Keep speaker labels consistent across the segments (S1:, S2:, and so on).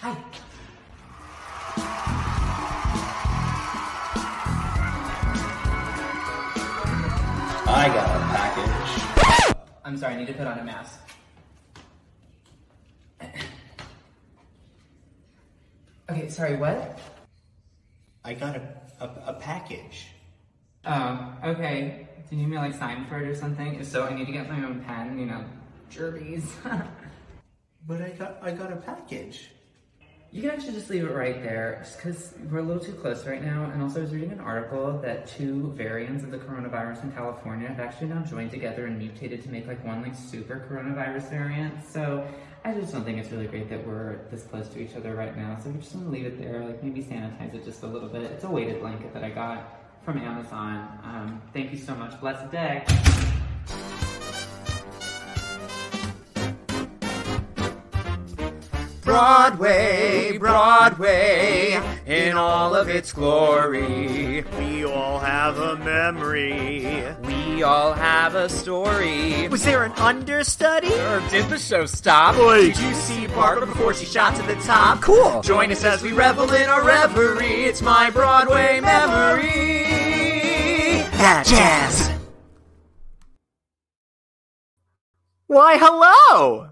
S1: Hi.
S2: I got a package.
S1: I'm sorry, I need to put on a mask. okay, sorry, what?
S2: I got a, a, a package.
S1: Oh, okay. Do you need me to, like sign for it or something? If so, I need to get my own pen, you know, gerbies.
S2: but I got I got a package.
S1: You can actually just leave it right there, just because we're a little too close right now. And also, I was reading an article that two variants of the coronavirus in California have actually now joined together and mutated to make like one like super coronavirus variant. So I just don't think it's really great that we're this close to each other right now. So we're just gonna leave it there, like maybe sanitize it just a little bit. It's a weighted blanket that I got from Amazon. Um, thank you so much. Blessed day.
S3: Broadway, Broadway, in all of its glory.
S4: We all have a memory.
S3: We all have a story.
S4: Was there an understudy?
S3: Or did the show stop?
S4: Oy.
S3: Did you see Barbara before she shot to the top?
S4: Cool.
S3: Join us as we revel in our reverie. It's my Broadway memory.
S4: At jazz. Why, hello!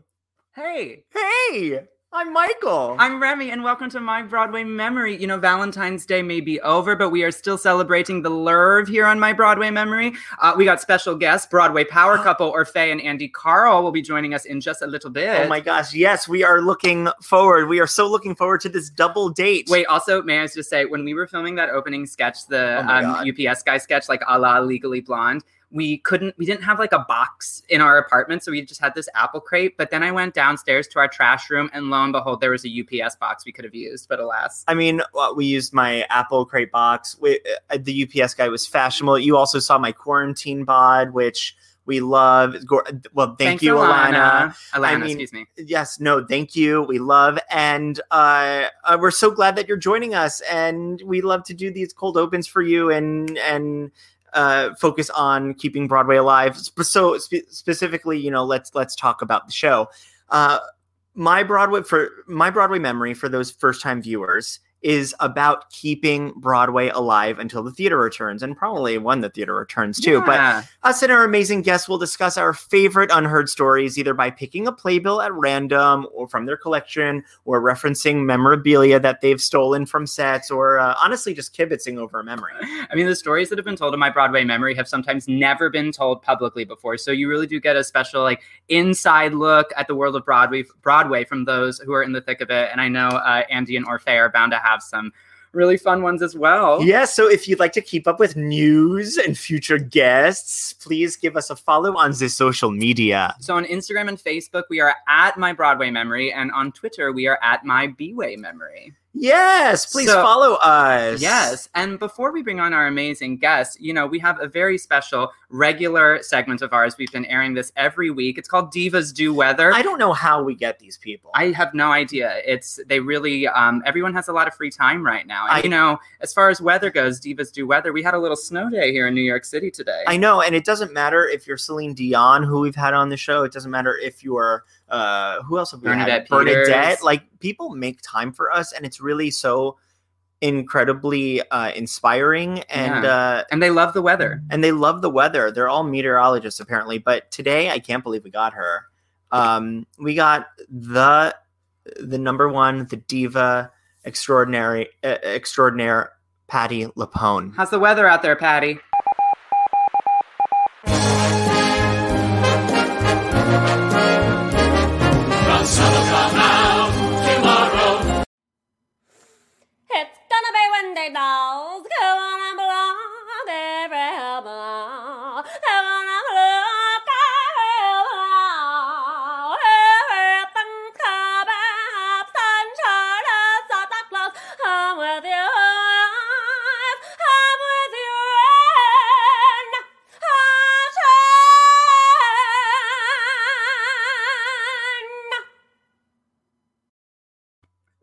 S1: Hey.
S4: Hey! I'm Michael.
S1: I'm Remy, and welcome to my Broadway memory. You know, Valentine's Day may be over, but we are still celebrating the Lerve here on my Broadway memory. Uh, we got special guests, Broadway power couple Orfei and Andy Carl, will be joining us in just a little bit.
S4: Oh my gosh, yes, we are looking forward. We are so looking forward to this double date.
S1: Wait, also, may I just say, when we were filming that opening sketch, the
S4: Oh my God.
S1: um, UPS guy sketch, like a la Legally Blonde. We couldn't, we didn't have like a box in our apartment. So we just had this apple crate. But then I went downstairs to our trash room, and lo and behold, there was a UPS box we could have used. But alas,
S4: I mean, well, we used my Apple crate box. We, uh, the UPS guy was fashionable. You also saw my quarantine bod, which we love. It's gor- uh, Well, thank
S1: Thanks,
S4: you,
S1: Alana. Alana,
S4: I mean-
S1: excuse me.
S4: Yes, no, thank you. We love, and uh, uh, we're so glad that you're joining us. And we love to do these cold opens for you, and and uh, focus on keeping Broadway alive. Sp- So spe- specifically, you know, let's let's talk about the show. Uh, my Broadway for my Broadway memory for those first time viewers is about keeping Broadway alive until the theater returns, and probably when the theater returns too. But
S1: Yeah.
S4: us and our amazing guests will discuss our favorite unheard stories either by picking a playbill at random or from their collection or referencing memorabilia that they've stolen from sets or uh, honestly just kibitzing over a memory.
S1: I mean, the stories that have been told in my Broadway memory have sometimes never been told publicly before. So you really do get a special, like, inside look at the world of Broadway, Broadway from those who are in the thick of it. And I know uh, Andy and Orfei are bound to have some really fun ones as well.
S4: Yeah, so if you'd like to keep up with news and future guests, please give us a follow on the social media.
S1: So on Instagram and Facebook, we are at my Broadway memory, and on Twitter, we are at my B-Way memory.
S4: Yes, please
S1: So-
S4: follow us.
S1: Yes. And before we bring on our amazing guests, you know, we have a very special regular segment of ours. We've been airing this every week. It's called Divas Do Weather.
S4: I don't know how we get these people.
S1: I have no idea. It's they really um, everyone has a lot of free time right now. And,
S4: I-
S1: you know, as far as weather goes, divas do weather. We had a little snow day here in New York City today.
S4: I know, and it doesn't matter if you're Celine Dion, who we've had on the show. It doesn't matter if you're uh, who else have we
S1: Bernadette
S4: had? Bernadette.
S1: Peters.
S4: Like people make time for us, and it's really so incredibly uh, inspiring. And
S1: Yeah.
S4: uh,
S1: And they love the weather.
S4: and they love the weather. They're all meteorologists apparently, but today I can't believe we got her. Um, we got the the number one, the diva extraordinary, uh, extraordinaire Patty Lapone.
S1: How's the weather out there, Patty?
S5: It's gonna be windy now. Go on and blow every hill below. Go on and blow every hill below. Everything's coming up. Sunshine and Santa Claus. I'm with you. I'm with you in sunshine.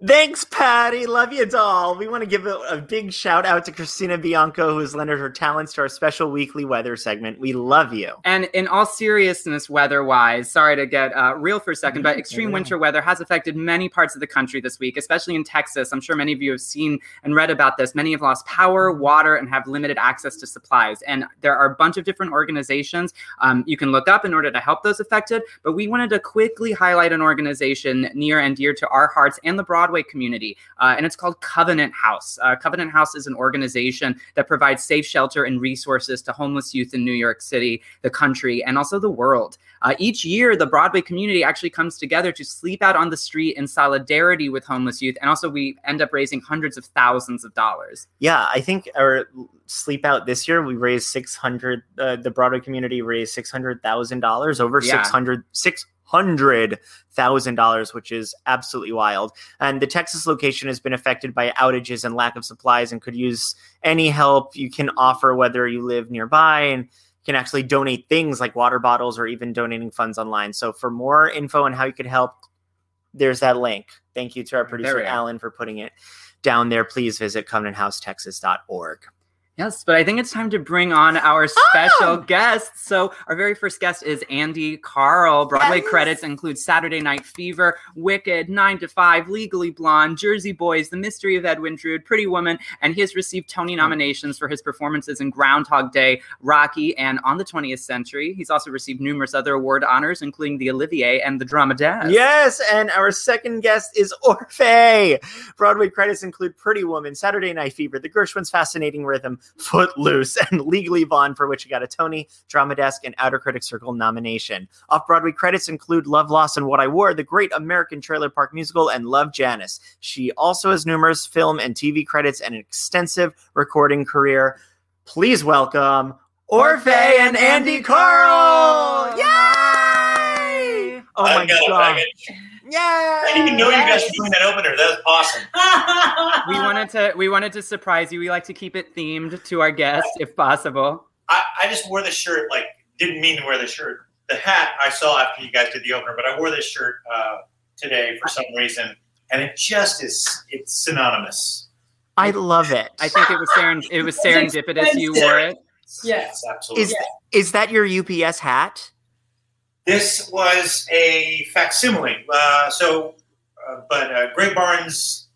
S4: Thanks, Patty. Love you, doll. We want to give a, a big shout out to Christina Bianco, who has lended her talents to our special weekly weather segment. We love you.
S1: And in all seriousness, weather wise, sorry to get uh, real for a second, but extreme winter weather has affected many parts of the country this week, especially in Texas. I'm sure many of you have seen and read about this. Many have lost power, water, and have limited access to supplies. And there are a bunch of different organizations um, you can look up in order to help those affected. But we wanted to quickly highlight an organization near and dear to our hearts and the Broadway community, uh, and it's called Covenant House. Uh, Covenant House is an organization that provides safe shelter and resources to homeless youth in New York City, the country, and also the world. Uh, each year, the Broadway community actually comes together to sleep out on the street in solidarity with homeless youth, and also we end up raising hundreds of thousands of dollars.
S4: Yeah, I think our sleep out this year we raised six hundred. Uh, the Broadway community raised six hundred thousand dollars, over
S1: Yeah.
S4: six hundred six hundred thousand dollars, which is absolutely wild. And the Texas location has been affected by outages and lack of supplies, and could use any help you can offer, whether you live nearby and can actually donate things like water bottles or even donating funds online. So for more info on how you could help, there's that link. Thank you to our producer
S1: we are.
S4: Alan for putting it down there. Please visit covenanthousetexas.org.
S1: Yes, but I think it's time to bring on our special guest. So, our very first guest is Andy Carl. Broadway credits include Saturday Night Fever, Wicked, Nine to Five, Legally Blonde, Jersey Boys, The Mystery of Edwin Drood, Pretty Woman, and he has received Tony nominations for his performances in Groundhog Day, Rocky, and On the 20th Century. He's also received numerous other award honors, including the Olivier and the Drama Desk.
S4: Yes, and our second guest is Orfe. Broadway credits include Pretty Woman, Saturday Night Fever, The Gershwin's Fascinating Rhythm, Footloose, and Legally Blonde, for which he got a Tony, Drama Desk, and Outer Critic Circle nomination. Off Broadway credits include Love, Loss, and What I Wore, The Great American Trailer Park Musical, and Love Janice. She also has numerous film and TV credits and an extensive recording career. Please welcome Orfe and Andy Carl! Yay! Oh my
S6: I've got a
S4: god.
S6: package.
S4: Yay!
S6: I didn't even know you guys were doing that opener. That was awesome.
S1: We wanted to we wanted to surprise you. We like to keep it themed to our guest if possible.
S6: I, I just wore the shirt, like, didn't mean to wear the shirt. The hat I saw after you guys did the opener, but I wore this shirt uh, today for some reason, and it just is, it's synonymous.
S4: I love it.
S1: I think it was seren- it was serendipitous you wore it.
S6: Yes. Absolutely.
S4: is is that your UPS hat?
S6: This was a facsimile. Uh, so, uh, but uh, Greg Barnes,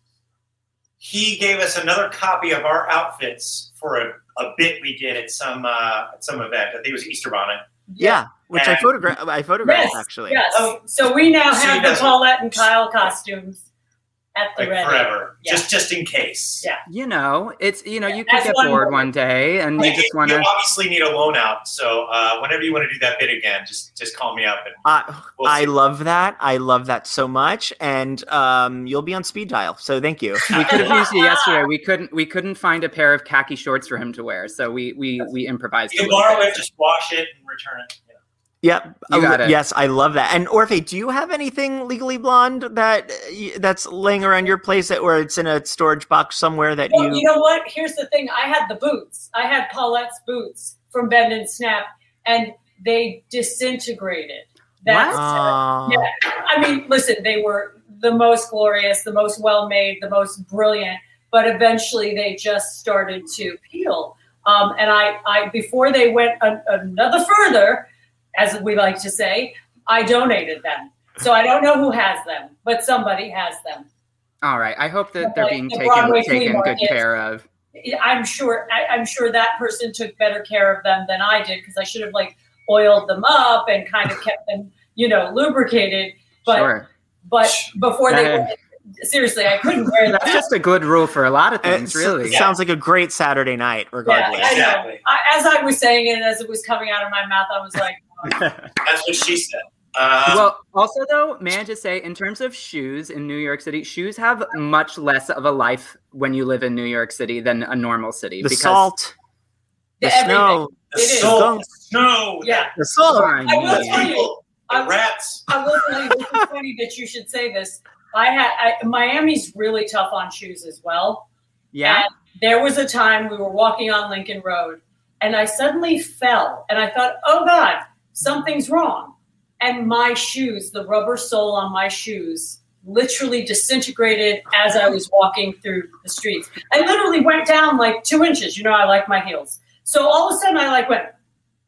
S6: he gave us another copy of our outfits for a, a bit we did at some uh, at some event. I think it was Easter Bonnet.
S4: Yeah, which I
S6: And-
S4: photograph I photographed actually.
S7: Yes.
S6: Oh.
S7: so we now
S6: So you
S7: have the
S6: guys-
S7: Paulette and Kyle costumes at the
S6: Like
S7: ready.
S6: forever,
S7: Yeah.
S6: just just in case.
S7: Yeah.
S1: You know, it's you know you could
S7: That's
S1: get
S7: one
S1: bored
S7: word.
S1: one day and you
S6: Like,
S1: just want to.
S6: obviously need a loan out, so uh, whenever you want to do that bit again, just just call me up and
S4: I
S6: we'll
S4: I
S6: see.
S4: love that. I love that so much, and um, you'll be on speed dial. So thank you.
S1: We could have used you yesterday. We couldn't. We couldn't find a pair of khaki shorts for him to wear, so we we we improvised.
S6: you
S1: a
S6: can
S1: little
S6: borrow
S1: bit.
S6: it, just wash it and return it. Yeah.
S4: Yep.
S1: You
S4: Oh,
S1: got it.
S4: Yes, I love that. And Orfe, do you have anything legally blonde that uh, y- that's laying around your place that where it's in a storage box somewhere that
S7: Well,
S4: you?
S7: you know what? Here's the thing. I had the boots. I had Paulette's boots from Bend and Snap, and they disintegrated. That's
S4: Aw.
S7: yeah. I mean, listen, they were the most glorious, the most well made, the most brilliant, but eventually they just started to peel. Um, and I, I, before they went an another further, as we like to say, I donated them.
S5: So I don't know who has them, but somebody has them.
S1: All right. I hope that they're
S5: Like
S1: being
S5: the
S1: taken
S5: Broadway
S1: taken
S5: flea
S1: good
S5: market.
S1: care of.
S5: I'm sure I, I'm sure that person took better care of them than I did because I should have like oiled them up and kind of kept them, you know, lubricated. But
S1: Sure.
S5: but before they
S1: That-
S5: went- seriously, I couldn't wear
S1: That's
S5: that.
S1: just a good rule for a lot of
S4: It
S1: things,
S4: s-
S1: really.
S4: sounds like a great Saturday night, regardless.
S5: Yeah, I know. I, as I was saying it, and as it was coming out of my mouth, I was like,
S2: That's what she said. Um,
S1: well, also though, may I just say, in terms of shoes in New York City, shoes have much less of a life when you live in New York City than a normal city.
S4: The salt, the,
S5: everything.
S4: snow,
S2: the
S5: It is.
S2: soul,
S4: skunk.
S2: no,
S5: yeah.
S4: the salt.
S1: Fine,
S5: I will
S1: yeah.
S5: tell you,
S2: the
S5: I will
S2: rats.
S5: I will tell you, this is funny that you should say this. I had I, Miami's really tough on shoes as well.
S1: Yeah.
S5: And there was a time we were walking on Lincoln Road, and I suddenly fell, and I thought, "Oh God, something's wrong." And my shoes, the rubber sole on my shoes, literally disintegrated as I was walking through the streets. I literally went down like two inches. You know, I like my heels. So all of a sudden, I like went,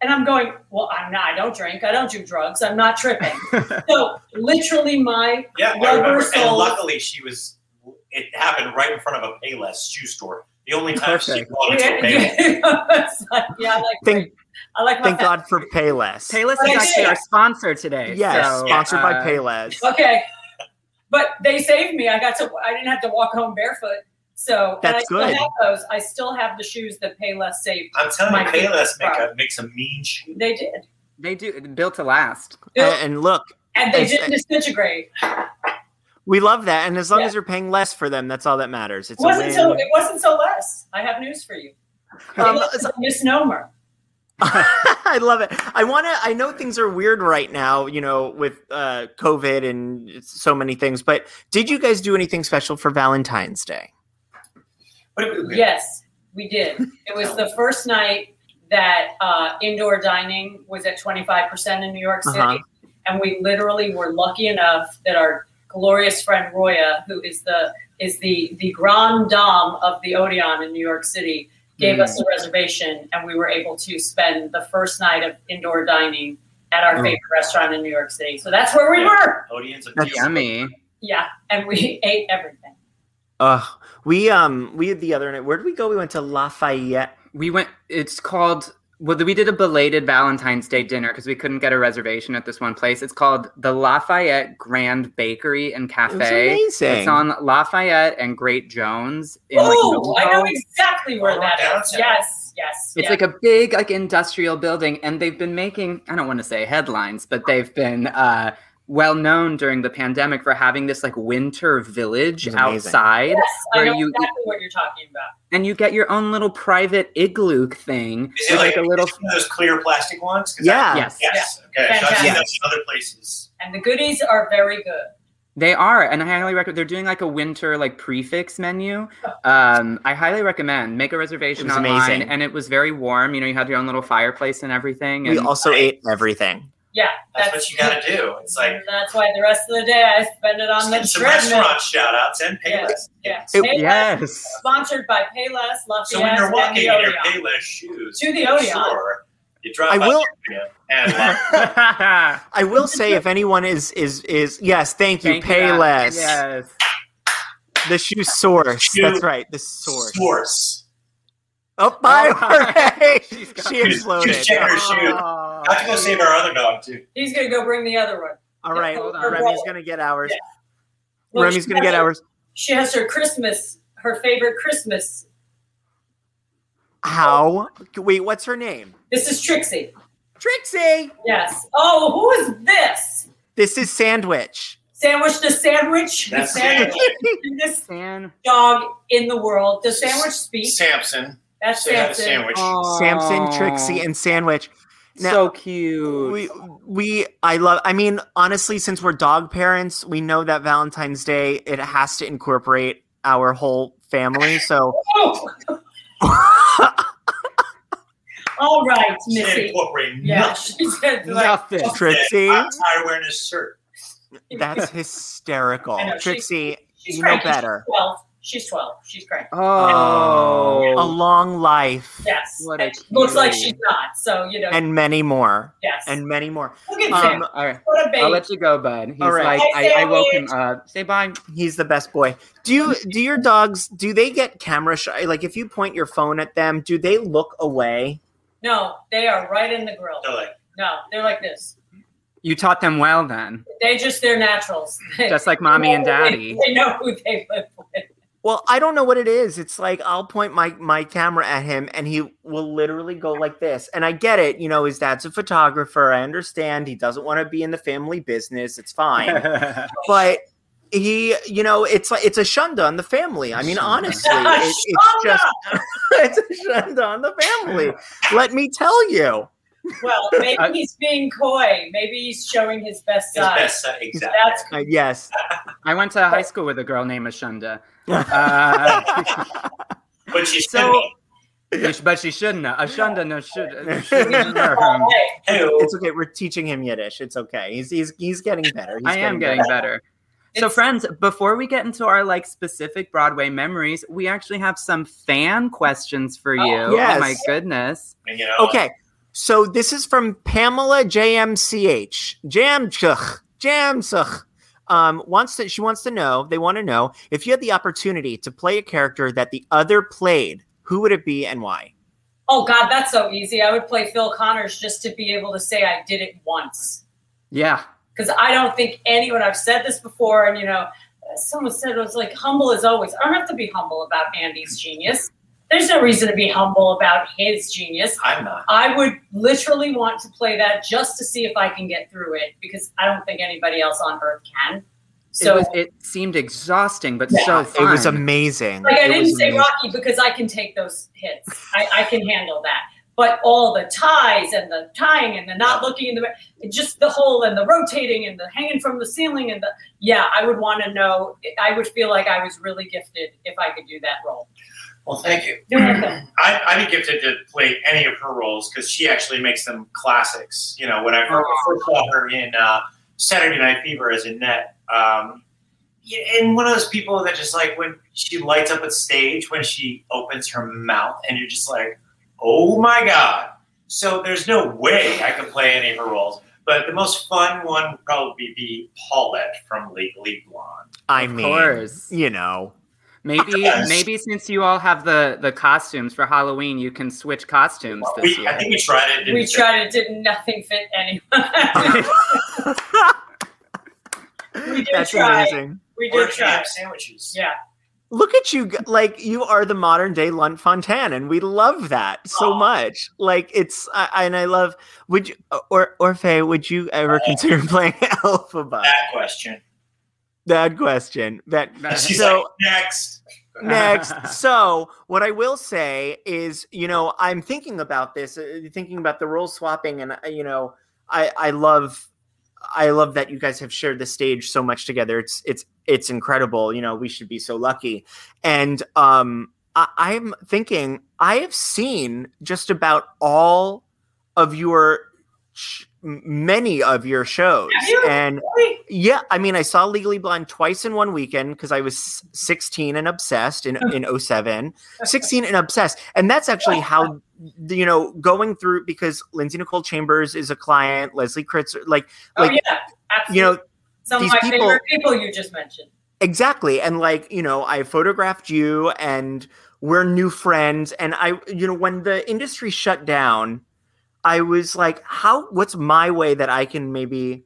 S5: and I'm going, "Well, I'm not. I don't drink. I don't do drugs. I'm not tripping." so literally, my
S2: Yeah, I
S5: Rubber
S2: remember. And
S5: soles.
S2: luckily, she was. It happened right in front of a Payless shoe store. The only time she
S1: Perfect.
S2: bought it to a Payless.
S5: It's like, yeah, I like
S4: Thank,
S5: I like my
S4: thank
S5: fat-
S4: God for Payless.
S1: Payless is actually our sponsor today.
S4: Yes,
S1: so,
S4: sponsored by
S1: uh,
S4: Payless.
S5: Okay, but they saved me. I got to. I didn't have to walk home barefoot. So and I
S4: That's
S5: still
S4: good.
S5: have those. I still have the shoes that Payless saved.
S2: I'm telling you,
S5: My
S2: Payless make
S5: problem.
S2: a, makes a mean shoe.
S5: They did,
S1: They do built to last.
S4: And, and look,
S5: and they
S4: It's-
S5: didn't disintegrate.
S4: we love that. And as long
S5: Yeah.
S4: as you're paying less for them, that's all that matters. It's
S5: It wasn't
S4: a
S5: so.
S4: win.
S5: It wasn't so less. I have news for you.
S4: Um,
S5: Payless is a misnomer.
S4: I love it. I want to. I know things are weird right now, you know, with uh, COVID and so many things. But did you guys do anything special for Valentine's Day?
S2: What if we-
S5: Yes, we did. It was the first night that uh, indoor dining was at 25% in New York City.
S4: Uh-huh.
S5: And we literally were lucky enough that our glorious friend Roya, who is the is the the grand dame of the Odeon in New York City, gave us a reservation and we were able to spend the first night of indoor dining at our
S4: Oh.
S5: favorite restaurant in New York City. So that's where we were.
S2: Odeon's a
S4: That's
S2: beautiful-
S1: Yummy.
S5: Yeah. And we ate everything.
S4: Ugh. We um we had the other night. Where did we go? We went to Lafayette.
S1: We went. It's called. Well, we did a belated Valentine's Day dinner because we couldn't get a reservation at this one place. It's called the Lafayette Grand Bakery and Cafe.
S4: amazing.
S1: It's on Lafayette and Great Jones. In like,
S5: Oh, I know
S1: Noblesville.
S5: exactly where
S2: Oh,
S5: that is.
S2: downtown.
S5: Yes, yes.
S1: It's
S5: yes.
S1: like a big like industrial building, and they've been making I don't want to say headlines, but they've been uh, well known during the pandemic for having this like winter village
S4: It's amazing.
S1: outside
S5: Yes, I
S1: where
S5: know
S1: you
S5: exactly what you're talking about.
S1: and you get your own little private igloo thing
S2: Is it
S1: with
S2: like,
S1: like a little
S2: is it one of those clear plastic ones? 'Cause I-
S4: Yeah.
S1: yes.
S2: yes. Okay. So I've seen
S5: Fantastic.
S2: those in other places.
S5: And the goodies are very good.
S1: They are, and I highly recommend. They're doing like a winter like prefix menu. Um, I highly recommend. Make a reservation
S4: It was
S1: online,
S4: amazing.
S1: and it was very warm. You know, you had your own little fireplace and everything.
S4: We
S1: And
S4: also ate everything.
S5: Yeah,
S2: That's, what you got to do. It's like
S5: that's why the rest of the day I spend it on
S2: just get
S5: the
S2: some
S5: treadmill.
S2: restaurant shout outs and
S5: Yeah,
S2: Payless.
S5: yeah.
S4: It-
S5: Payless,
S1: yes,
S5: Sponsored by Payless, Lafayette,
S2: So when you're
S5: and
S2: walking
S5: the
S2: in your
S5: Odeon.
S2: Payless shoes
S5: To the
S2: to the
S5: Odeon.
S2: store, you drive
S4: I
S2: by
S4: will-
S2: the Odeon and like,
S4: I will say, if anyone is is is yes, thank you,
S1: Thank you, Matt.
S4: Payless,
S1: Yes,
S4: the shoe source.
S2: Shoe
S4: That's right, the source.
S2: source.
S4: Oh, bye!
S1: Oh.
S4: Hooray!
S1: got-
S4: she
S2: She's-
S4: exploded.
S2: she's checking her shoe.
S1: Oh.
S2: I have to go save our other dog too.
S5: He's gonna go bring the other one.
S4: All right,
S1: Hold on.
S4: Remy's gonna get ours.
S5: Look,
S4: Remy's
S5: she
S4: gonna
S5: has
S4: get
S5: her-
S4: ours.
S5: She has her Christmas, her favorite Christmas.
S4: How? Wait, what's her name?
S5: This is Trixie.
S4: Trixie.
S5: Yes. Oh, who is this?
S4: This is Sandwich.
S5: Sandwich the sandwich.
S2: That's
S5: the sandwich.
S2: Sandwich.
S5: This
S1: San-
S5: dog in the world. Does sandwich speak?
S2: Samson.
S5: That's
S2: They had a
S5: Samson.
S2: sandwich.
S4: Samson,
S1: Aw.
S4: Trixie, and Sandwich. Now-
S1: so cute.
S4: We, we, I love. I mean, honestly, since we're dog parents, we know that Valentine's Day it has to incorporate our whole family. So,
S5: Oh, all right,
S2: She didn't
S5: Missy.
S2: incorporate
S5: Yeah,
S2: nothing.
S5: she said like,
S1: Nothing.
S4: Trixie,
S2: I'm tired of wearing this shirt.
S4: that's hysterical.
S5: I know, she-
S4: Trixie,
S5: she's
S4: you know
S5: cranky.
S4: better.
S5: She's 12. She's 12. She's great.
S4: Oh, a long life.
S5: Yes. And looks like she's not. So, you know.
S4: And many more.
S5: Yes.
S4: And many more.
S5: Look at Sam.
S4: all right.
S5: What a baby.
S1: um, I'll let you go, bud. He's
S4: All right.
S1: like,
S4: Hey,
S1: I, I
S4: Sammy.
S1: woke him up. Say bye.
S4: He's the best boy. Do you, do your dogs do they get camera shy? Like if you point your phone at them, do they look away?
S5: No, they are right in the grill.
S2: They're like,
S5: no, they're like this.
S1: You taught them well then.
S5: They just, they're naturals.
S1: Just like mommy and
S5: They know who they-
S1: daddy.
S5: They know who they live with.
S4: Well, I don't know what it is. It's like I'll point my my camera at him and he will literally go like this. And I get it, you know, his dad's a photographer. I understand he doesn't want to be in the family business. It's fine. but he, you know, it's like it's a shunda on the family. I mean, honestly, it, it's just it's a shunda on the family. Let me tell you.
S5: Well, maybe
S4: Uh,
S5: he's being coy. Maybe he's showing his best
S2: his
S5: side.
S2: best side. Exactly.
S5: That's
S4: Uh, yes.
S1: I went to high school with a girl named Ashunda. Uh,
S2: But she said,
S4: So
S1: but she shouldn't have. Ashunda no should.
S5: Hey,
S2: hey,
S4: it's okay. We're teaching him Yiddish. It's okay. He's he's he's getting better. He's
S1: I am getting better. So, friends, before we get into our like specific Broadway memories, we actually have some fan questions for you.
S4: yes.
S1: Oh my goodness!
S2: you know,
S4: Okay. So this is from Pamela JMCH. JMCH. JMCH. Um, wants to, she wants to know, they want to know if you had the opportunity to play a character that the other played, who would it be and why?
S5: oh God, that's so easy. I would play Phil Connors just to be able to say I did it once.
S1: Yeah,
S5: because I don't think anyone. I've said this before, and you know, someone said it was like humble as always. I don't have to be humble about Andy's genius. There's no reason to be humble about his genius.
S2: I'm not.
S5: I would literally want to play that just to see if I can get through it because I don't think anybody else on earth can.
S1: it,
S5: So,
S1: was, it seemed exhausting, but so
S4: it
S1: fun.
S4: was amazing.
S5: like, I
S4: It
S5: didn't
S4: was
S5: say
S4: amazing.
S5: Rocky because I can take those hits. I, I can handle that. But all the ties and the tying and the not looking in the just the whole and the rotating and the hanging from the ceiling and the yeah, I would want to know. I would feel like I was really gifted if I could do that role.
S2: Well, thank you.
S5: You're welcome.
S2: I, I'd be gifted to play any of her roles because she actually makes them classics. You know, when I first first saw her in uh, Saturday Night Fever as Annette, um, yeah, and one of those people that just like when she lights up a stage when she opens her mouth, and you're just like, oh my god. So there's no way I could play any of her roles. But the most fun one would probably be Paulette from Legally Blonde.
S4: I
S1: Of
S4: mean,
S1: course.
S4: you know,
S1: Maybe
S2: Yes.
S1: maybe since you all have the the costumes for Halloween, you can switch costumes this
S2: We, I
S1: year.
S2: think we tried it. didn't
S5: We tried it, did nothing fit anyone. we did
S4: that's
S5: try.
S4: amazing.
S5: We
S2: Or
S5: did try.
S2: ham sandwiches.
S5: Yeah.
S4: Look at you, g- like you are the modern day Lunt Fontaine, and we love that so
S5: Aw.
S4: much. Like it's, I, and I love. Would you, or Orfei, would you ever
S5: Oh.
S4: consider playing Elphaba?
S2: That question.
S4: Bad question. That
S2: She's
S4: So-
S2: like, next.
S4: next. so what I will say is, you know, I'm thinking about this, uh, thinking about the role swapping, and uh, you know, I I love. I love that you guys have shared the stage so much together. It's it's it's incredible. You know, we should be so lucky. And um I, I'm thinking I have seen just about all of your sh- many of your shows.
S5: Have you?
S4: And
S5: Really?
S4: yeah, I mean, I saw Legally Blonde twice in one weekend because I was s- 16 and obsessed in in 07. 16 and obsessed. And that's actually how you know, going through because Lindsay Nicole Chambers is a client, Leslie Kritzer, like
S5: Oh
S4: Like,
S5: yeah. Absolutely.
S4: you know,
S5: some of
S4: these
S5: my
S4: people-
S5: favorite people you just mentioned.
S4: Exactly. And like, you know, I photographed you and we're new friends. And I, you know, when the industry shut down, I was like, how, what's my way that I can maybe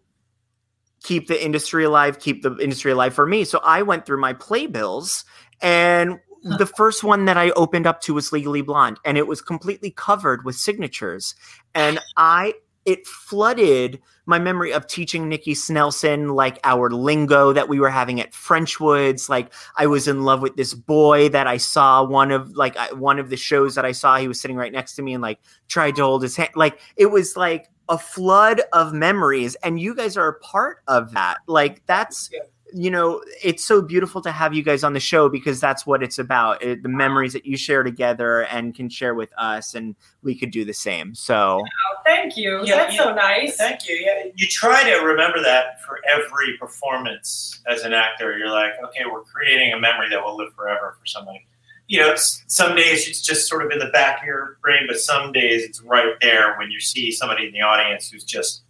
S4: keep the industry alive, keep the industry alive for me? So I went through my playbills and the first one that I opened up to was Legally Blonde and it was completely covered with signatures. And I, it flooded my memory of teaching Nikki Snelson like our lingo that we were having at Frenchwoods. Like I was in love with this boy that I saw one of like I, one of the shows that I saw. He was sitting right next to me and like tried to hold his hand. Like it was like a flood of memories, and you guys are a part of that. Like that's you know, it's so beautiful to have you guys on the show because that's what it's about. It, the memories that you share together and can share with us, and we could do the same. So,
S5: Oh, thank you.
S2: Yeah,
S5: That's
S2: yeah.
S5: so nice.
S2: Thank you. Yeah, you try to remember that for every performance as an actor. You're like, okay, we're creating a memory that will live forever for somebody. You know, it's, some days it's just sort of in the back of your brain, but some days it's right there when you see somebody in the audience who's just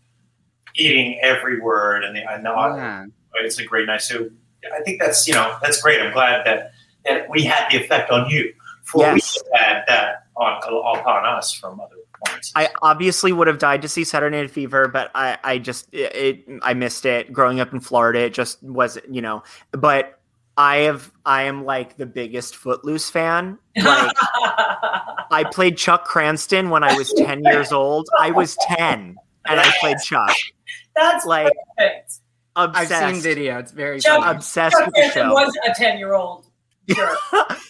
S2: eating every word and the and the
S1: Yeah.
S2: It's a great night. So I think that's you know that's great. I'm glad that that we had the effect on you. For
S4: Yes.
S2: we had that on upon us from other performances.
S4: I obviously would have died to see Saturday Night Fever, but I, I just it, it I missed it. Growing up in Florida, it just wasn't, you know. But I have I am like the biggest Footloose fan. Like I played Chuck Cranston when I was ten years old. I was ten and I played Chuck.
S5: That's
S4: Like
S5: perfect.
S4: obsessed.
S1: I've seen video. It's very
S5: Chuck-
S1: funny.
S4: obsessed
S5: Chuck
S4: with the
S5: Hansen
S4: show.
S5: was a 10 year old.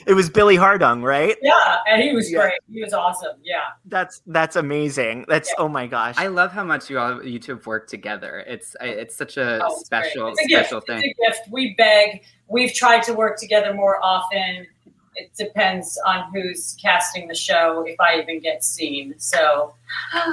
S4: it was Billy Hardung, right?
S5: Yeah. And he was
S4: Yeah.
S5: great. He was awesome. Yeah.
S4: That's that's amazing. That's oh my gosh.
S1: I love how much you all you two have worked together. It's I- it's such a
S5: Oh, it's great.
S1: special
S5: It's a gift.
S1: special thing.
S5: It's a gift. We beg. We've tried to work together more often. It depends on who's casting the show, if I even get seen. So,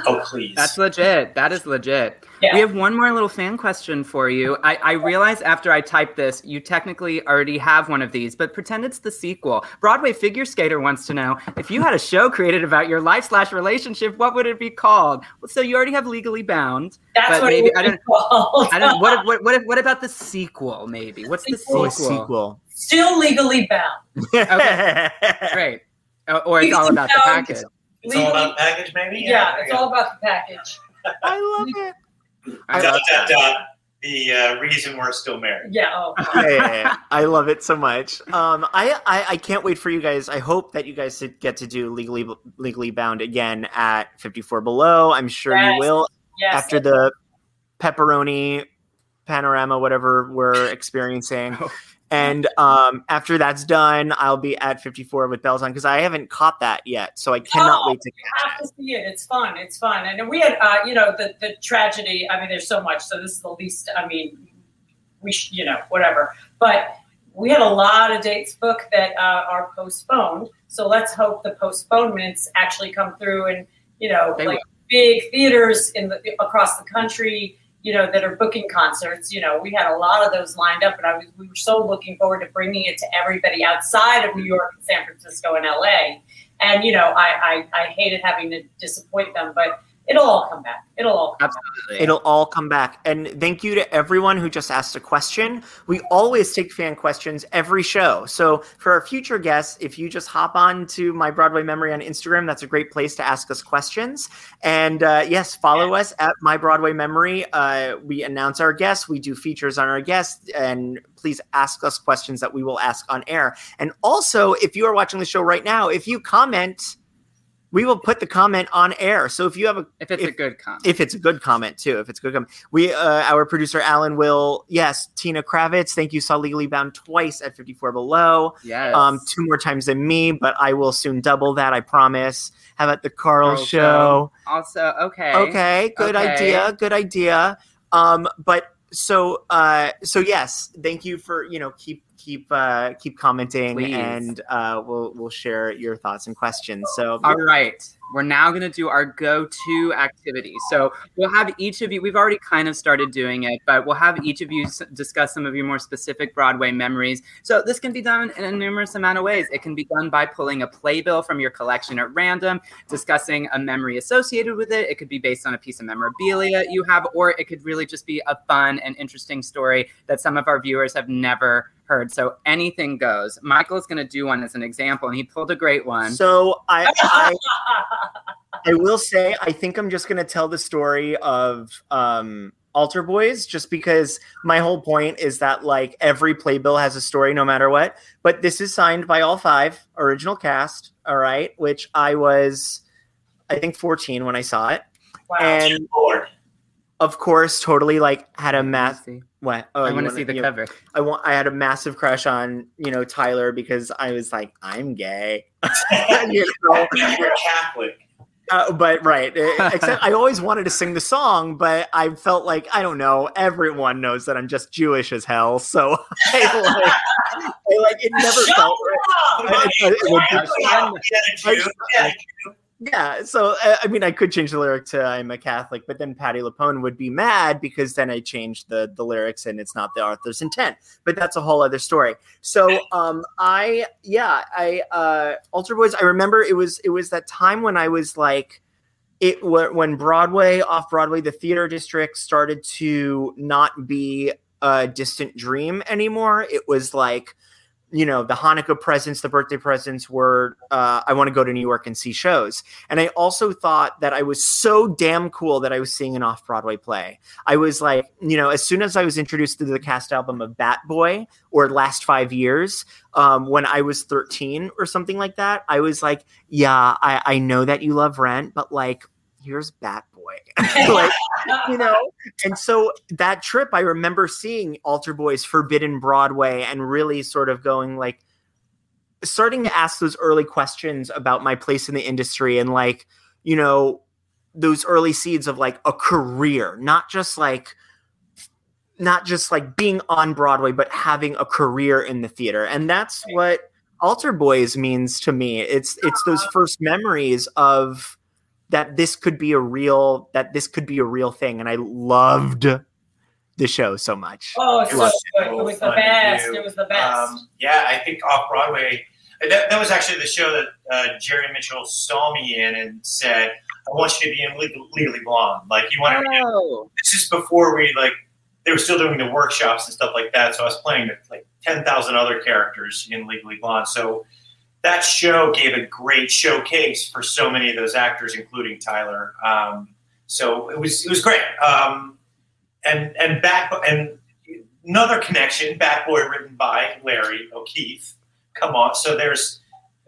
S2: Oh please.
S1: That's legit. That is legit.
S5: Yeah.
S1: We have one more little fan question for you. I, I realize after I type this, you technically already have one of these, but pretend it's the sequel. Broadway figure skater wants to know if you had a show created about your life slash relationship, what would it be called? Well, so you already have Legally Bound.
S5: That's
S1: but
S5: what
S1: maybe
S5: it
S1: I
S5: would be
S1: don't.
S5: called.
S1: I don't. What, what what what about the sequel? Maybe what's the sequel?
S4: oh, a sequel.
S5: Still legally bound.
S1: Okay. Great. Or, or it's all
S5: Legally
S1: about the
S5: Bound.
S1: package.
S2: It's all
S5: Legally-
S2: about package, maybe.
S5: yeah,
S2: there
S5: it's
S2: you go.
S5: all about the package.
S4: I love it.
S1: I
S2: dot
S1: love
S2: dot
S1: that.
S2: dot. The uh, reason we're still married.
S5: Yeah. Oh,
S4: Yeah, yeah, yeah. I love it so much. Um, I, I I can't wait for you guys. I hope that you guys to- get to do legally legally bound again at 54 below. I'm sure
S5: Yes,
S4: you will
S5: yes.
S4: after the pepperoni panorama, whatever we're experiencing. And um, after that's done, I'll be at 54 with bells on because I haven't caught that yet, so I cannot
S5: Oh,
S4: wait to
S5: you have to see it. It's fun. It's fun. And we had, uh, you know, the the tragedy. I mean, there's so much. So this is the least. I mean, we, sh- you know, whatever. But we had a lot of dates booked that uh, are postponed. So let's hope the postponements actually come through, and you know,
S1: They
S5: like big theaters in the across the country. You know, that are booking concerts. You know, we had a lot of those lined up, and I was, we were so looking forward to bringing it to everybody outside of New York and San Francisco and LA and you know I, I i hated having to disappoint them but it'll all come back it'll all come back.
S1: Absolutely.
S4: It'll all come back. And thank you to everyone who just asked a question. We always take fan questions every show. So for our future guests, if you just hop on to my Broadway memory on Instagram, that's a great place to ask us questions. And uh, yes, follow us at my Broadway memory. Uh, we announce our guests, we do features on our guests, and please ask us questions that we will ask on air. And also, if you are watching the show right now, if you comment, we will put the comment on air. So if you have a
S1: if it's a
S4: if-
S1: good comment.
S4: if it's a good comment too if it's a good comment we uh, our producer alan will yes tina kravitz thank you saw legally bound twice at 54 below
S1: yes.
S4: um two more times than me but i will soon double that i promise how about the carl,
S1: Carl
S4: show
S1: show. also okay.
S4: okay good
S1: Okay.
S4: idea good idea um but so uh so yes thank you for you know keep keep uh keep commenting
S1: Please.
S4: and uh we'll we'll share your thoughts and questions so
S1: All right. We're now going to do our go to activity. So we'll have each of you, we've already kind of started doing it, but we'll have each of you s- discuss some of your more specific Broadway memories. So this can be done in a numerous amount of ways. It can be done by pulling a playbill from your collection at random, discussing a memory associated with it. It could be based on a piece of memorabilia you have, or it could really just be a fun and interesting story that some of our viewers have never heard. So anything goes. Michael's going to do one as an example, and he pulled a great one.
S4: So I, I I will say I think I'm just gonna tell the story of um Alter Boys just because my whole point is that like every playbill has a story no matter what. But this is signed by all five original cast, all right, which I was I think 14 when I saw it.
S5: wow
S4: And
S2: Lord.
S4: of course, totally like had a
S1: Let me
S4: mass
S1: see.
S4: what oh
S1: I
S4: you
S1: want to
S4: wanna-
S1: see the
S4: you-
S1: cover.
S4: I want I had a massive crush on, you know, Tyler because I was like, I'm gay. You know?
S2: You're Catholic.
S4: Uh, but right, except I always wanted to sing the song, but I felt like I don't know. Everyone knows that I'm just Jewish as hell, so I like, I, like it never
S3: Shut
S4: felt.
S3: up!
S4: I- I- it would-
S3: Yeah,
S4: I- I- yeah, so uh, I, I mean, I could change the lyric to "I'm a Catholic," but then Patty Lapone would be mad because then I changed the the lyrics and it's not the author's intent. But that's a whole other story. So, um, I yeah, I uh, Alter Boys. I remember it was it was that time when I was like, it wa- when Broadway off Broadway, the theater district started to not be a distant dream anymore. It was like you know the hanukkah presents the birthday presents were uh, i want to go to new york and see shows and i also thought that i was so damn cool that i was seeing an off-broadway play i was like you know as soon as i was introduced to the cast album of bat boy or last five years um, when i was 13 or something like that i was like yeah i, I know that you love rent but like here's bat boy like you know and so that trip i remember seeing alter boys forbidden broadway and really sort of going like starting to ask those early questions about my place in the industry and like you know those early seeds of like a career not just like not just like being on broadway but having a career in the theater and that's what alter boys means to me it's it's those first memories of that this could be a real that this could be a real thing and i loved the show so much
S5: Oh, it's so
S4: Loved it.
S5: good. It was the
S2: fun to
S5: best.
S2: do.
S5: It was the best.
S2: Um, yeah, I think off Broadway. That, that was actually the show that uh, Jerry Mitchell saw me in and said, "I want you to be in Legal- Legally Blonde." Like you want to. This is before we like they were still doing the workshops and stuff like that. So I was playing like ten thousand other characters in Legally Blonde. So that show gave a great showcase for so many of those actors, including Tyler. Um, so it was it was great. Um, and and back and another connection, Bat Boy, written by Larry O'Keefe. Come on, so there's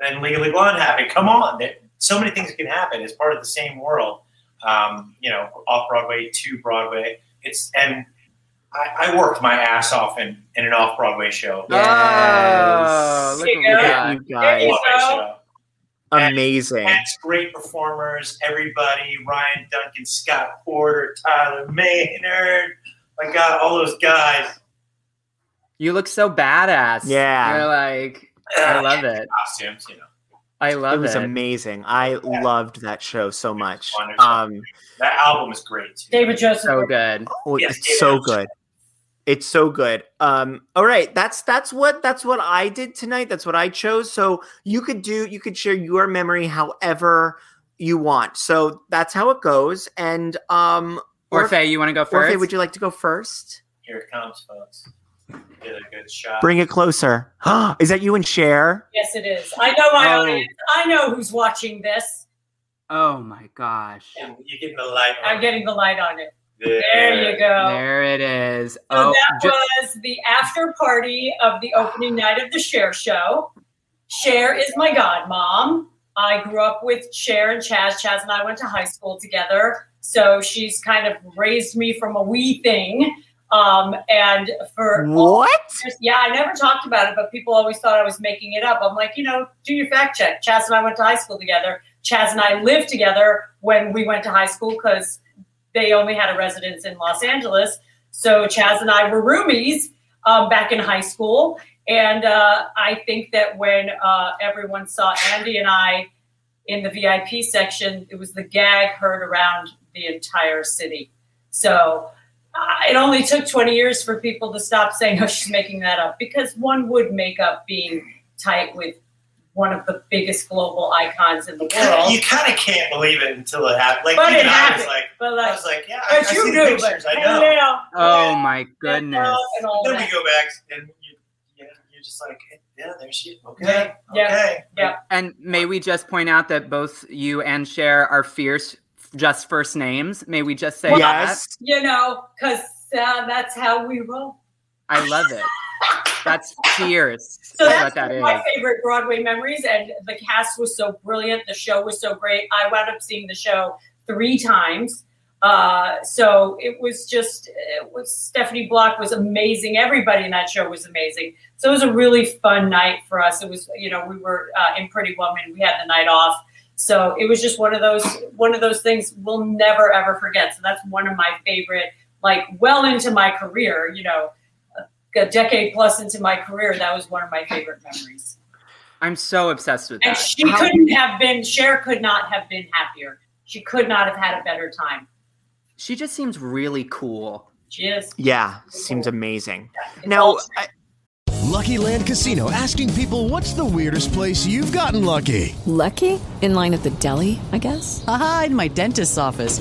S2: and Legally Blonde happened. Come on, there, so many things can happen. It's part of the same world. Um, you know, off Broadway to Broadway. It's and I, I worked my ass off in, in an off Broadway show.
S4: Yes. Oh, look
S5: There
S4: at
S5: you
S4: you
S5: go. There you
S4: guys.
S5: go.
S4: amazing
S2: That's great performers. Everybody: Ryan Duncan, Scott Porter, Tyler Maynard. My God, all those guys.
S1: You look so badass.
S4: Yeah.
S1: You're like, I love it.
S2: Uh, Costumes, you know.
S1: I love
S4: it was
S1: it.
S4: amazing i loved that show so much
S2: wonderful.
S4: um
S2: That album is great. Too.
S5: David Joseph.
S1: So good.
S4: oh,
S2: Yes,
S4: it's
S2: David
S4: so
S2: Lynch.
S4: good it's so good um all right that's that's what that's what i did tonight that's what i chose so you could do you could share your memory however you want so that's how it goes and um
S1: Orfe, you want to go first?
S4: Orfe, would you like to go first
S2: Here it comes, folks. Get a good shot.
S4: Bring it closer. Is that you and Cher?
S5: Yes, it is. I know my
S1: Oh.
S5: audience. I know who's watching this.
S1: oh my gosh.
S2: And You're getting the light on.
S5: I'm getting the light on it.
S2: there.
S5: There you go.
S1: There it is.
S5: So
S1: oh,
S5: that
S1: ju-
S5: was the after party of the opening night of the Share show. Cher is my godmom. I grew up with Cher and Chaz. Chaz and I went to high school together. So she's kind of raised me from a wee thing. Um, and for
S4: What?
S5: Just- yeah, I never talked about it, but people always thought I was making it up. I'm like, you know, do your fact check. Chaz and I went to high school together. Chaz and I lived together when we went to high school because they only had a residence in Los Angeles. So Chaz and I were roomies um, back in high school. And uh, I think that when uh, everyone saw Andy and I in the VIP section, it was the gag heard around the entire city. So uh, it only took 20 years for people to stop saying, oh, she's making that up, because one would make up being tight with one of the biggest global icons in the world.
S2: You kind of can't believe it until it happens. Like,
S5: But
S2: even I
S5: it
S2: was
S5: happened.
S2: like,
S5: But
S2: I
S5: like,
S2: was like, yeah, I, I
S5: but
S2: see
S5: you
S2: the
S5: knew,
S2: pictures.
S5: but
S2: I know.
S1: oh my
S5: and
S1: goodness.
S5: all
S2: Then
S5: that.
S2: we go back and you, yeah, you're just like, yeah, there she is. Okay,
S5: Yeah, yeah.
S2: okay.
S1: And may we just point out that both you and Cher are fierce, just first names. May we just say
S4: yes.
S5: You know, because uh, that's how we roll.
S1: that? I love it. That's fierce.
S5: So
S1: is
S5: that's
S1: what that
S5: one
S1: is.
S5: of my favorite Broadway memories, and the cast was so brilliant. The show was so great. I wound up seeing the show three times. Uh, so it was just, it was Stephanie Block was amazing. Everybody in that show was amazing. So it was a really fun night for us. It was, you know, we were uh, in Pretty Woman. We had the night off. So it was just one of those one of those things we'll never ever forget. So that's one of my favorite, like well into my career, you know, a decade plus into my career, that was one of my favorite memories.
S1: I'm so obsessed with
S5: and
S1: that.
S5: she
S1: How-
S5: couldn't have been, Cher could not have been happier. She could not have had a better time.
S1: She just seems really cool.
S5: She is.
S4: Yeah, seems amazing. Now, I,
S8: Lucky Land Casino asking people what's the weirdest place you've gotten lucky?
S9: Lucky? In line at the deli, I guess?
S10: Aha, in my dentist's office.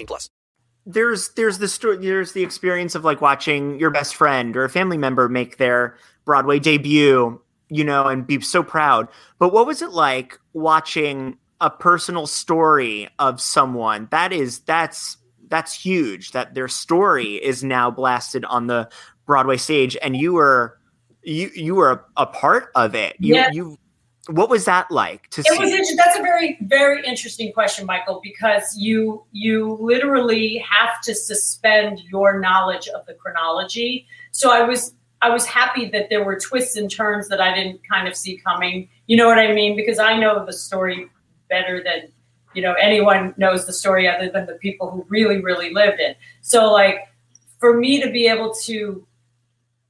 S11: plus.
S4: there's there's the story there's the experience of like watching your best friend or a family member make their Broadway debut, you know, and be so proud. But what was it like watching a personal story of someone? That is that's that's huge that their story is now blasted on the Broadway stage and you were you you were a, a part of it. You
S5: Yeah.
S4: you what was that like to
S5: it
S4: see?
S5: was inter- that's a very very interesting question michael because you you literally have to suspend your knowledge of the chronology so i was i was happy that there were twists and turns that i didn't kind of see coming you know what i mean because i know the story better than you know anyone knows the story other than the people who really really lived it so like for me to be able to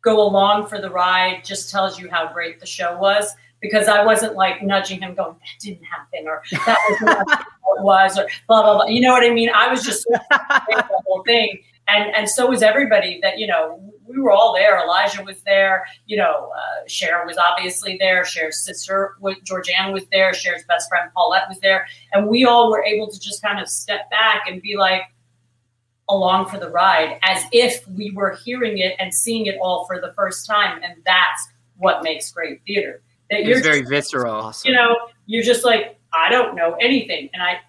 S5: go along for the ride just tells you how great the show was because I wasn't like nudging him, going, that didn't happen, or that was not what it was, or blah, blah, blah. You know what I mean? I was just with the whole thing. And, and so was everybody that, you know, we were all there. Elijah was there. You know, uh, Cher was obviously there. Cher's sister, was, Georgianne, was there. Cher's best friend, Paulette, was there. And we all were able to just kind of step back and be like, along for the ride as if we were hearing it and seeing it all for the first time. And that's what makes great theater. That
S1: It
S5: you're
S1: was very visceral.
S5: you know, you're just like, I don't know anything. And I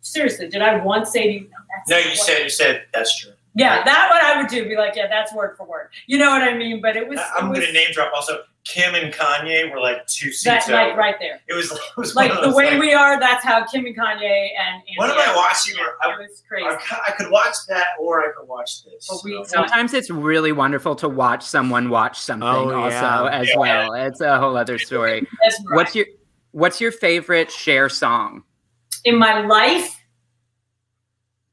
S5: seriously, did I once say to you, no, that's
S2: No, you said you said that's true.
S5: yeah, that what I would do. Be like, yeah, that's word for word. You know what I mean? But it was,
S2: I'm
S5: it was
S2: going to name drop. Also, Kim and Kanye were like two seats
S5: that
S2: over.
S5: night right there.
S2: It was, it was one
S5: Like
S2: of
S5: the
S2: those,
S5: way
S2: like,
S5: we are, that's how Kim and Kanye and
S2: What am
S5: Andy
S2: I
S5: are.
S2: watching?
S5: Yeah, it was crazy.
S2: I, ca- I could watch that, or I could watch this.
S5: But we-
S2: So-
S1: Sometimes it's really wonderful to watch someone watch something
S4: Oh,
S1: also
S4: yeah.
S1: as
S4: Yeah.
S1: well. It's a whole other story. What's your what's your favorite share song?
S5: in my life.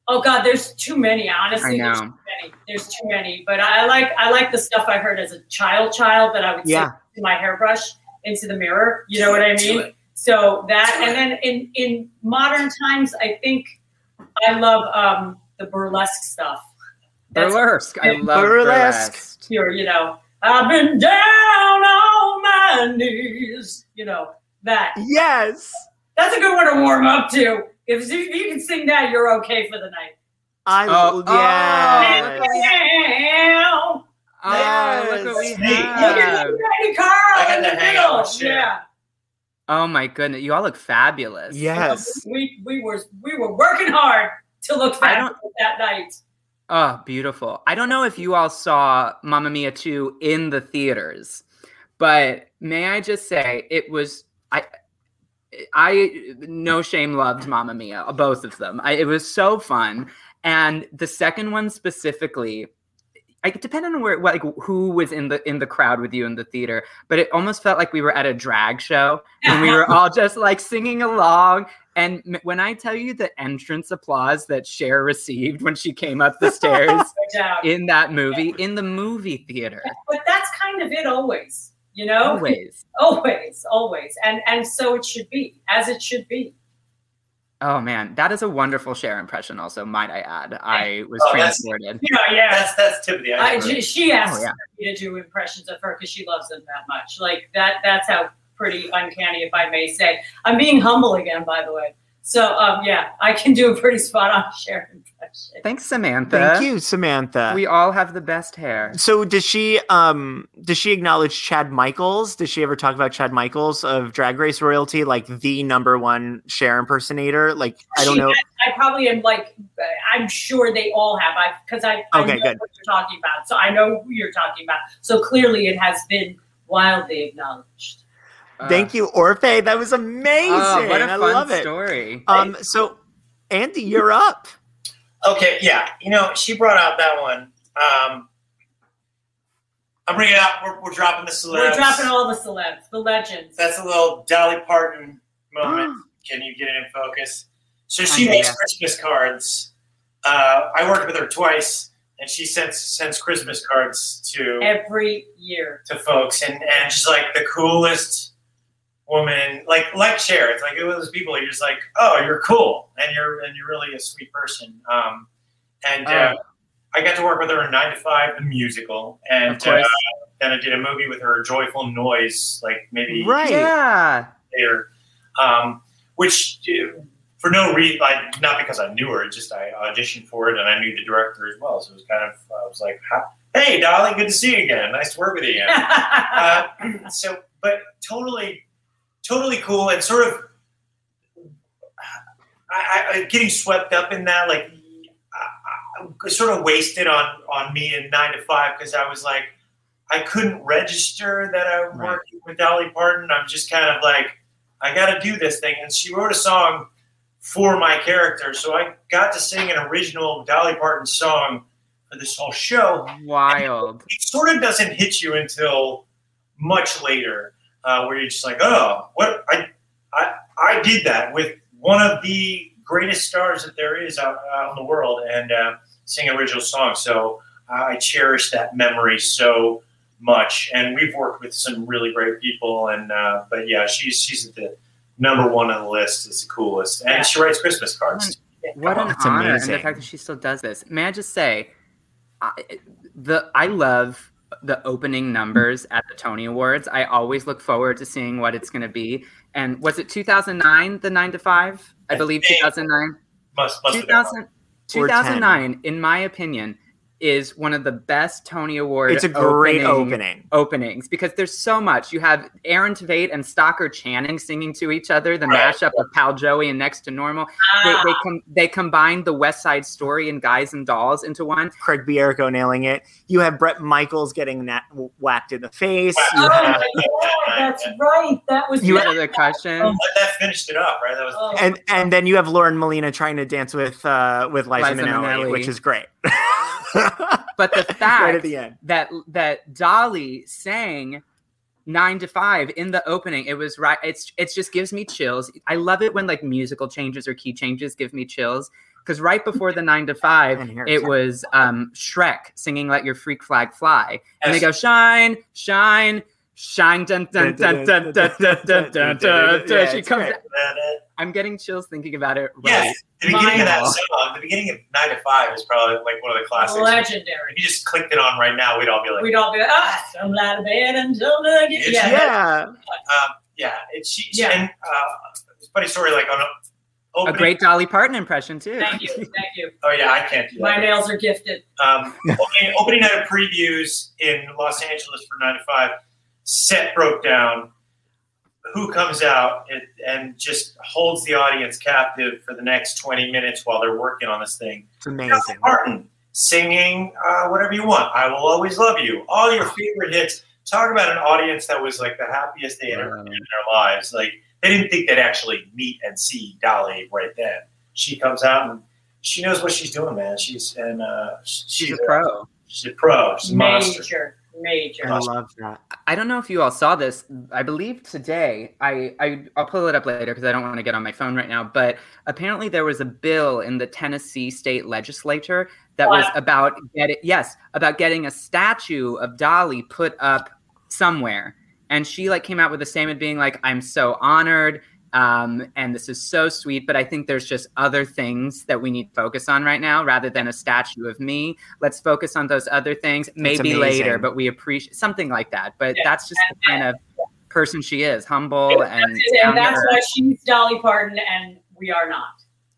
S5: Oh God, there's too many. Honestly,
S1: I know.
S5: There's, too many. there's too many. But I like I like the stuff I heard as a child. Child that I would
S4: Yeah.
S5: yeah. to my hairbrush into the mirror. You know what I
S4: Do
S5: mean?
S4: it.
S5: So that and then in in modern times, I think I love um, the burlesque stuff. That's-
S1: Burlesque. I
S5: Yeah.
S1: love burlesque.
S5: You're, you know, I've been down on my knees. You know that.
S4: Yes.
S5: That's a good one to warm up to. If you, if you can sing that, you're okay for the night.
S4: I
S1: Oh,
S4: yeah.
S5: Down.
S1: Oh, look what we
S5: Look at
S1: have.
S5: little Randy Carl in the middle. Yeah.
S1: Oh my goodness. You all look fabulous.
S5: We we were we were working hard to look fabulous that night.
S1: Oh, beautiful. I don't know if you all saw Mamma Mia 2 in the theaters, but may I just say it was I I no shame loved Mamma Mia, both of them. I, it was so fun. And the second one specifically, I depending on where like who was in the in the crowd with you in the theater, but it almost felt like we were at a drag show and we were all just like singing along. And m- when I tell you the entrance applause that Cher received when she came up the stairs
S5: No doubt.
S1: in that movie, in the movie theater,
S5: But that's kind of it always, you know?
S1: Always.
S5: always, always. And and so it should be, as it should be.
S1: Oh man, that is a wonderful share impression. Also, might I add, I was
S4: Oh, that's-
S1: transported.
S5: Yeah, yeah.
S4: That's that's Tiffany.
S5: I,
S4: I agree.
S5: she, she asked
S1: Oh, yeah.
S5: me to do impressions of her because she loves them that much. Like that. That's how pretty uncanny, if I may say. I'm being humble again, by the way. So um, yeah, I can do a pretty spot on share impression.
S1: Thanks, Samantha.
S12: Thank you, Samantha.
S1: We all have the best hair.
S12: so does she um does she acknowledge Chad Michaels? Does she ever talk about Chad Michaels of Drag Race royalty, like the number one Cher impersonator? Like I don't
S5: She
S12: know.
S5: has- I probably am like. I'm sure they all have. I because I, I
S12: Okay,
S5: know
S12: good.
S5: what you're talking about. So I know who you're talking about. So clearly, it has been wildly acknowledged.
S12: Thank you, Orfe. That was amazing.
S1: Oh, Uh, what a
S12: I
S1: fun
S12: love it.
S1: story.
S12: Um, so Andy, you're up.
S4: Okay, yeah. You know, she brought out that one. Um, I'm bringing it out. We're, we're dropping the celebs.
S5: We're dropping all the celebs, the legends.
S4: That's a little Dolly Parton moment. Can you get it in focus? So she
S5: I
S4: makes
S5: guess.
S4: Christmas cards. Uh, I worked with her twice, and she sends sends Christmas cards to
S5: every year.
S4: to folks, and, and she's like the coolest woman, like like Cher. It's like it was those people you're just like, oh, you're cool, and you're and you're really a sweet person. Um, and uh,
S1: Oh.
S4: I got to work with her in Nine to Five, the musical, and
S1: Of
S4: uh,
S1: course.
S4: then I did a movie with her, Joyful Noise, like maybe
S12: Right.
S1: Yeah.
S4: later, um, which uh, for no reason, like not because I knew her, just I auditioned for it and I knew the director as well. So it was kind of I was like, "Ha- "Hey, Dolly, good to see you again. Nice to work with you again." uh, so, but totally, totally cool and sort of I, I, I- getting swept up in that, like I, I, sort of wasted on on me in nine to five because I was like, I couldn't register that I worked with Dolly Parton. I'm just kind of like, I got to do this thing, and she wrote a song for my character, so I got to sing an original Dolly Parton song for this whole show.
S1: Wild.
S4: It sort of doesn't hit you until much later, uh, where you're just like, oh, what I, I, I did that with one of the greatest stars that there is out, out in the world, and uh, sing original songs. So uh, I cherish that memory so much, and we've worked with some really great people, and uh, but yeah, she's she's the number one on the list, is the coolest, and she writes Christmas cards.
S1: What an
S4: That's
S1: honor, and
S4: amazing.
S1: the fact that she still does this. May I just say, I, the I love the opening numbers at the Tony Awards. I always look forward to seeing what it's going to be. And was it 2009, the nine to five? I, believe 2009.
S4: Must, must have been.
S1: 2000,
S4: Or 10.
S1: 2009, in my opinion, is one of the best Tony Award.
S12: It's a great opening.
S1: openings because there's so much. You have Aaron Tveit and Stalker Channing singing to each other. The
S4: Right.
S1: mashup of Pal Joey and Next to Normal. They they, com- they combined the West Side Story and Guys and Dolls into one.
S12: Craig Bierico nailing it. You have Brett Michaels getting na- whacked in the face. You
S5: Oh
S12: have-
S5: my god, that's right. That was
S12: You-
S5: that-
S1: Another question.
S4: But that finished it up, right? That was
S5: Oh.
S12: and and then you have Lauren Molina trying to dance with uh with Liza,
S1: Liza
S12: Minnelli,
S1: Minnelli.
S12: which is great.
S1: But the fact
S12: Right at the end.
S1: that that Dolly sang nine to five in the opening, it was right. It's it just gives me chills. I love it when like musical changes or key changes give me chills. Because right before the nine to five,
S12: And here
S1: it
S12: it's-
S1: was um, Shrek singing "Let Your Freak Flag Fly," and they
S12: Yes.
S1: go "Shine, shine, shine!" Dun dun dun dun dun dun dun dun. dun,
S12: Yeah,
S1: dun. She
S12: it's
S1: comes.
S12: great.
S1: I'm getting chills thinking about it. Right.
S4: Yes, the beginning of that
S1: Wow.
S4: song, the beginning of Nine to Five is probably like one of the classics.
S5: Legendary.
S4: If you just clicked it on right now, we'd all be like,
S5: We'd all be like, ah, I'm out of bed until the
S4: It's-
S5: yeah.
S12: Yeah.
S4: um, yeah, it's she, she-
S5: Yeah.
S4: And, uh, it's a funny story, like on a,
S1: A
S4: opening,
S1: great Dolly Parton impression too.
S5: Thank you, thank you.
S4: Oh yeah, I can't do that.
S5: My nails are gifted.
S4: Um, opening, opening night of previews in Los Angeles for nine to five. Set broke down. Who comes out and, and just holds the audience captive for the next twenty minutes while they're working on this thing?
S12: It's amazing.
S4: Martin singing uh, whatever you want. I will always love you. All your favorite hits. Talk about an audience that was like the happiest they had ever been in their lives. Like they didn't think they'd actually meet and see Dolly right then. She comes out and she knows what she's doing, man. She's and uh, she's,
S1: a pro.
S4: She's a pro. She's a monster.
S5: Major, major.
S12: I love that.
S1: I don't know if you all saw this. I believe today. I, I I'll pull it up later because I don't want to get on my phone right now. But apparently there was a bill in the Tennessee state legislature that was
S5: Wow.
S1: about getting yes about getting a statue of Dolly put up somewhere. And she like came out with a statement being like, "I'm so honored." Um, and this is so sweet, but I think there's just other things that we need to focus on right now rather than a statue of me. Let's focus on those other things, maybe
S12: amazing.
S1: later, but we appreciate something like that. But
S5: Yeah.
S1: that's just the kind of person she is humble Oh, and, down
S5: and
S1: to
S5: that's
S1: earth.
S5: why she's Dolly Parton and we are not.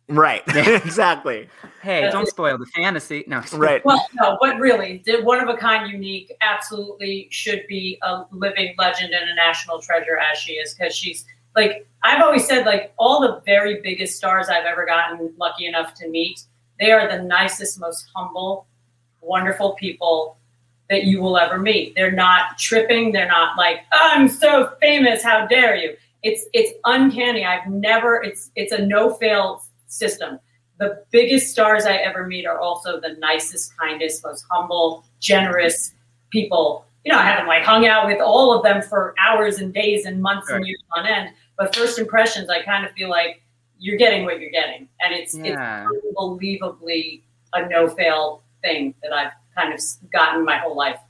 S12: Right. exactly.
S1: Hey,
S5: That's
S1: don't
S5: it.
S1: spoil the fantasy. No,
S12: Right.
S5: Well, no, but really, the one of a kind, unique, absolutely should be a living legend and a national treasure as she is, because she's like I've always said, like all the very biggest stars I've ever gotten lucky enough to meet, they are the nicest, most humble, wonderful people that you will ever meet. They're not tripping. They're not like "Oh, I'm so famous. How dare you? It's it's uncanny. I've never. It's it's a no fail system. The biggest stars I ever meet are also the nicest, kindest, most humble, generous people. You know, I haven't like hung out with all of them for hours and days and months and
S1: Right.
S5: years on end. But first impressions, I kind of feel like you're getting what you're getting, and it's
S1: Yeah.
S5: it's unbelievably a no fail thing that I've kind of s- gotten my whole life.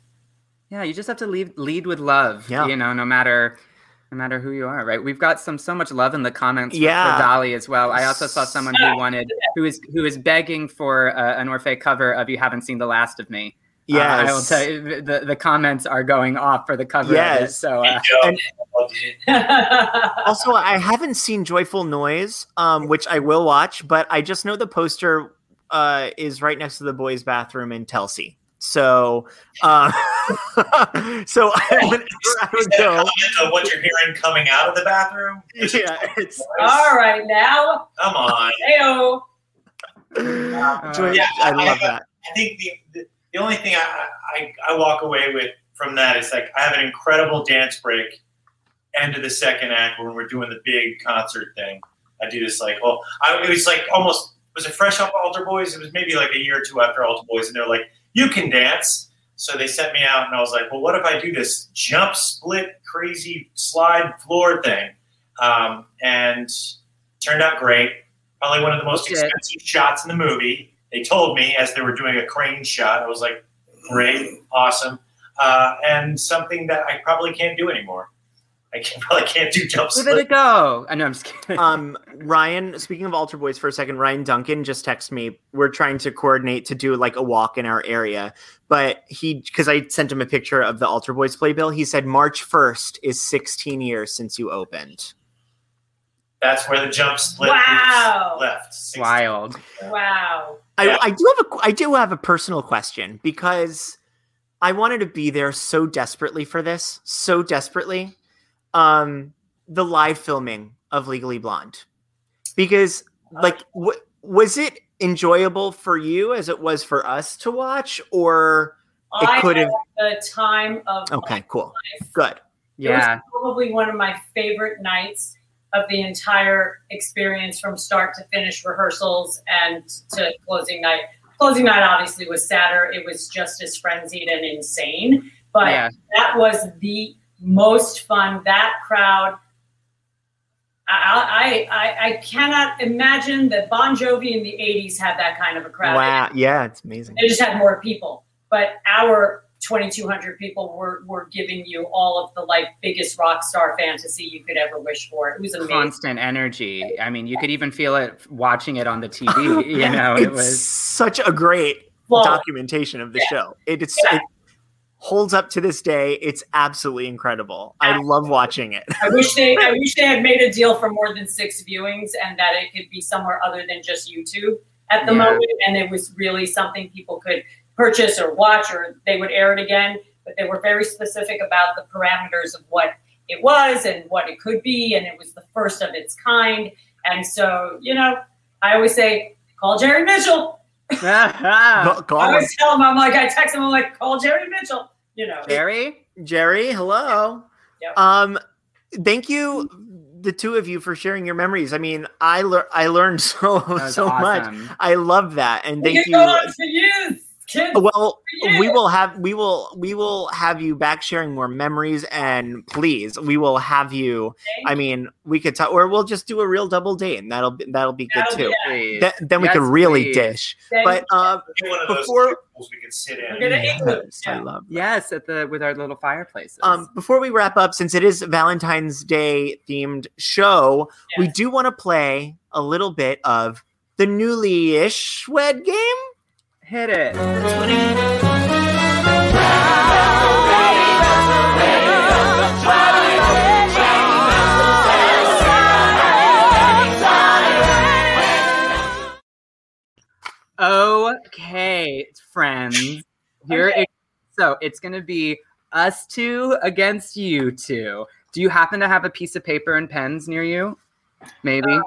S1: Yeah, you just have to lead lead with love.
S5: Yeah.
S1: You know, no matter no matter who you are, right? We've got some so much love in the comments for-
S12: Yeah.
S1: for Dolly as well. I also saw someone who
S12: Yeah.
S1: wanted who is who is begging for uh, an Orfe cover of "You Haven't Seen the Last of Me." Uh, I will
S12: Yes.
S1: tell you the, the comments are going off for the cover. Of it,
S12: Yes.
S1: so uh,
S12: And- also, I haven't seen Joyful Noise, um, which I will watch, but I just know the poster uh, is right next to the boys' bathroom in Telsey. So, uh, so I, whenever I would go.
S4: of what you're hearing coming out of the bathroom.
S12: Yeah, it's
S5: All right, now
S4: Come on.
S5: Heyo.
S1: uh,
S12: Joy- I love that.
S4: I think the, the, the only thing I, I, I walk away with from that is like I have an incredible dance break end of the second act when we're doing the big concert thing. I do this like, well, I, it was like almost was it fresh off Alter Boys? It was maybe like a year or two after Alter Boys, and they're like, you can dance. So they sent me out, and I was like, well, what if I do this jump, split, crazy slide floor thing? Um, and turned out great. Probably one of the most
S1: Shit.
S4: expensive shots in the movie. They told me as they were doing a crane shot. I was like, great, awesome, uh, and something that I probably can't do anymore. I can, probably can't do jump
S1: give it a
S4: split.
S1: go. I know I'm just kidding.
S12: um, Ryan, speaking of Alter Boys for a second, Ryan Duncan just texted me. We're trying to coordinate to do like a walk in our area, but he because I sent him a picture of the Alter Boys playbill. He said March first is 16 years since you opened.
S4: That's where the jump split
S5: Wow.
S4: is left. Six-
S1: Wild.
S5: Wow.
S12: I, I do have a I do have a personal question because I wanted to be there so desperately for this, so desperately. Um, the live filming of Legally Blonde, because like, w- was it enjoyable for you as it was for us to watch, or
S5: I
S12: it could
S5: had
S12: have?
S5: the time of
S12: Okay, cool, good.
S5: It was probably one of my favorite nights of the entire experience from start to finish rehearsals and to closing night. Closing night obviously was sadder. It was just as frenzied and insane. But
S1: Yeah.
S5: that was the most fun. That crowd. I, I I- I cannot imagine that Bon Jovi in the '80s had that kind of a crowd.
S12: Wow, yeah, it's amazing.
S5: They just had more people, but our 2,200 people were were giving you all of the like biggest rock star fantasy you could ever wish for. It was amazing.
S1: Constant energy. I mean, you could even feel it watching it on the TV. You know,
S12: it's
S1: it was
S12: such a great
S5: Well,
S12: documentation of the
S5: yeah.
S12: show. It, it's
S5: Yeah.
S12: it holds up to this day. It's absolutely incredible. I love watching it.
S5: I wish they I wish they had made a deal for more than six viewings and that it could be somewhere other than just YouTube at the
S1: Yeah.
S5: moment. And it was really something people could purchase or watch or they would air it again. But they were very specific about the parameters of what it was and what it could be, and it was the first of its kind. And so, you know, I always say, call Jerry Mitchell.
S12: Call- call
S5: I
S12: him.
S5: always tell him, I'm like, I text him, I'm like, call Jerry Mitchell. You know,
S1: Jerry.
S12: Jerry, hello.
S5: Yep.
S12: Um, thank you, the two of you, for sharing your memories. I mean, I lear I learned so
S1: was
S12: so
S1: awesome.
S12: much. I love that, and
S5: We
S12: thank
S5: could go
S12: you.
S5: on for years. Kids,
S12: well,
S5: yeah.
S12: we will have we will we will have you back sharing more memories, and please, we will have you. I mean, we could talk, or we'll just do a real double date, and that'll be, that'll be good
S5: That'll be
S12: too.
S5: nice.
S12: Th- then we
S5: Yes,
S12: can really
S5: please.
S12: dish.
S5: Then-
S12: but um,
S4: Get one of those
S12: before
S4: tables we can sit in.
S12: Yes, I love
S1: Yes, at the with our little fireplaces.
S12: Um, before we wrap up, since it is Valentine's Day themed show, we do want to play a little bit of the newly ish wed game.
S1: Hit it. Okay, friends. Here it so it's gonna be us two against you two. Do you happen to have a piece of paper and pens near you? Maybe.
S5: Uh,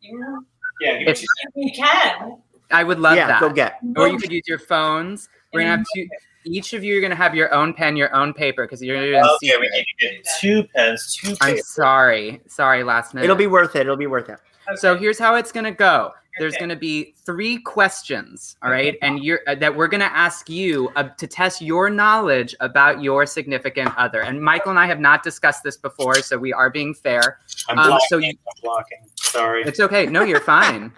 S5: you-
S4: yeah,
S1: If-
S5: we can.
S1: I would love
S5: Yeah,
S1: that.
S5: go get.
S1: Or you could use your phones. We're gonna have two. Each of you are gonna have your own pen, your own paper, because you're gonna do it in
S4: Okay, we
S1: secret.
S4: need to get two pens, two
S1: I'm
S4: papers.
S1: sorry, sorry, last minute.
S12: It'll be worth it. It'll be worth it.
S1: So here's how it's gonna go. There's gonna be three questions, all right, and you're uh, that we're gonna ask you uh, to test your knowledge about your significant other. And Michael and I have not discussed this before, so we are being fair.
S4: I'm
S1: Um,
S4: blocking.
S1: so you,
S4: I'm blocking. Sorry.
S1: it's okay. No, you're fine.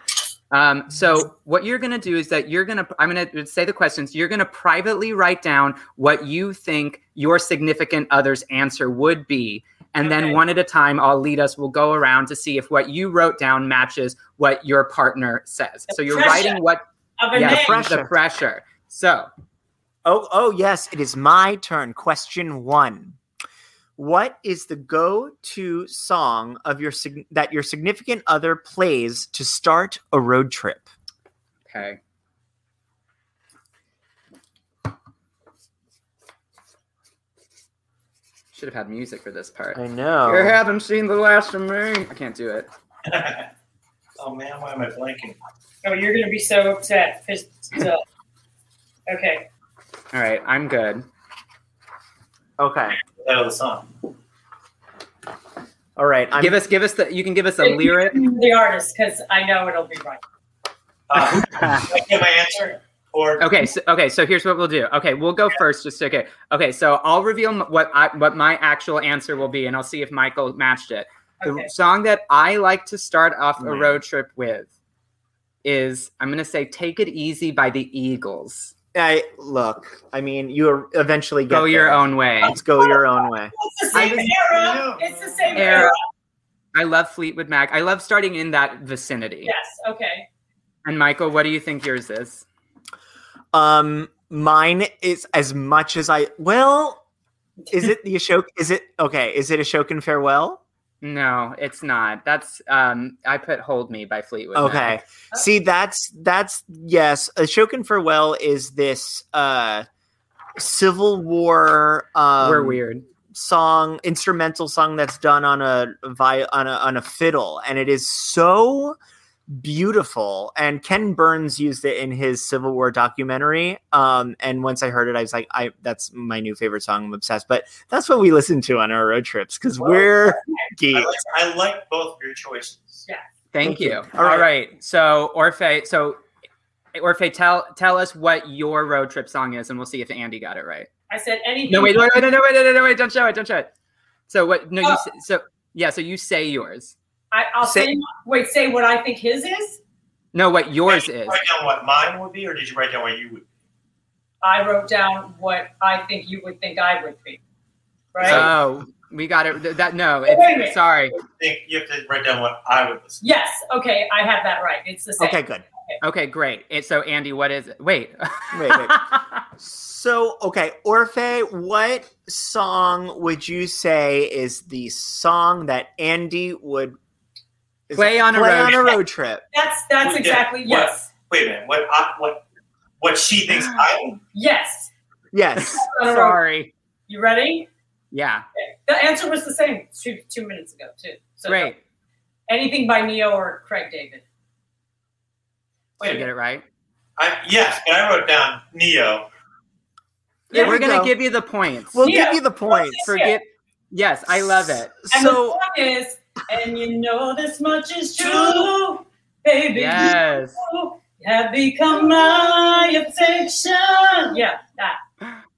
S1: Um, so what you're going to do is that you're going to I'm going to say the questions. You're going to privately write down what you think your significant other's answer would be. And then one at a time, I'll lead us. We'll go around to see if what you wrote down matches what your partner says. so you're
S12: pressure
S1: writing what
S12: of a
S1: Yeah,
S12: man.
S1: the pressure. the pressure. So
S12: Oh, oh yes, it is my turn. Question one: What is the go-to song of your sig- that your significant other plays to start a road trip?
S1: okay. Should have had music for this part.
S12: I
S1: You
S12: know.
S1: haven't seen the last of me. I can't do it.
S4: Oh man, why am I blanking?
S5: Oh, you're gonna be so upset. 'cause- so- Okay.
S1: All right, I'm good.
S12: Okay.
S4: Title of the song.
S12: All right. I'm-
S1: give us, give us the. You can give us a lyric.
S5: The artist, because I know it'll be right.
S4: Uh, Get my answer. Or
S1: Okay, so, okay. So here's what we'll do. Okay, we'll go first. Just okay. Okay, so I'll reveal m- what I, what my actual answer will be, and I'll see if Michael matched it. The
S5: Okay.
S1: song that I like to start off a
S5: Mm.
S1: road trip with is I'm gonna say "Take It Easy" by the Eagles.
S12: I look. I mean, you are- eventually get
S1: Go your
S12: there.
S1: own way.
S12: Let's go your own way.
S5: It's the same era. It's the same era.
S1: Era. I love Fleetwood Mac. I love starting in that vicinity.
S5: Yes. Okay.
S1: And Michael, what do you think yours is?
S12: Um, mine is as much as I. Well, is it the Ashoka? Is it okay? Is it Ashokan farewell?
S1: No, it's not. That's um I put Hold Me by Fleetwood Mac.
S12: Okay. See, that's that's yes. Ashokan farewell is this uh Civil War. Um,
S1: We're weird.
S12: song instrumental song that's done on a vi- on a on a fiddle and it is so beautiful and Ken Burns used it in his Civil War documentary um and once I heard it I was like I that's my new favorite song I'm obsessed but that's what we listen to on our road trips cuz we're
S4: I
S12: geeks
S4: like, I like both of your choices.
S5: Yeah.
S1: Thank,
S12: Thank
S1: you.
S12: you.
S1: All right. So Orfe, so Orfe, tell tell us what your road trip song is, and we'll see if Andy got it right.
S5: I said anything.
S1: No, wait, wait, wait, no, no, wait, no, no, no, wait, don't show it, don't show it. So what? No,
S5: Oh.
S1: you s- so yeah, so you say yours.
S5: I, I'll
S1: Say-
S5: say, Wait. Say what I think his is.
S1: No, what yours is.
S4: Write down what mine would be, or did you write down what you would?
S5: I wrote down what I think you would think I would be. Right.
S1: Oh, we got it. Th- That no,
S5: Wait a
S1: it's,
S5: minute.
S1: sorry.
S4: Think you have to write down what I would listen.
S5: yes. Okay. I have that right. It's the same.
S12: good.
S1: Okay, great. It, so Andy, what is it? Wait.
S12: Wait, wait. so, okay, Orfe, what song would you say is the song that Andy would is
S1: Play
S12: it-
S1: on a
S12: play
S1: road
S12: on a
S1: trip.
S12: road trip?
S5: That's that's
S4: Wait,
S5: exactly
S4: what-
S5: yes.
S4: Wait a minute. What? I, what? What she thinks I would.
S5: Yes.
S12: Yes.
S5: On a road-
S1: sorry.
S5: You ready?
S1: Yeah.
S5: The answer was the same two two minutes ago too. So
S1: Great.
S5: anything by Neo or Craig David.
S4: Wait a
S1: Did I get
S4: minute.
S1: it right?
S4: I, yes, but I wrote down Neo.
S1: Yeah,
S12: There
S1: we're
S12: we
S1: gonna
S12: go.
S1: give you the points.
S12: We'll
S5: Yeah.
S12: give you the points.
S1: Forget. Yes, I love it.
S5: And the
S12: So,
S5: song is, and you know this much is true, baby.
S1: Yes.
S5: you know have become my obsession. Yeah, that.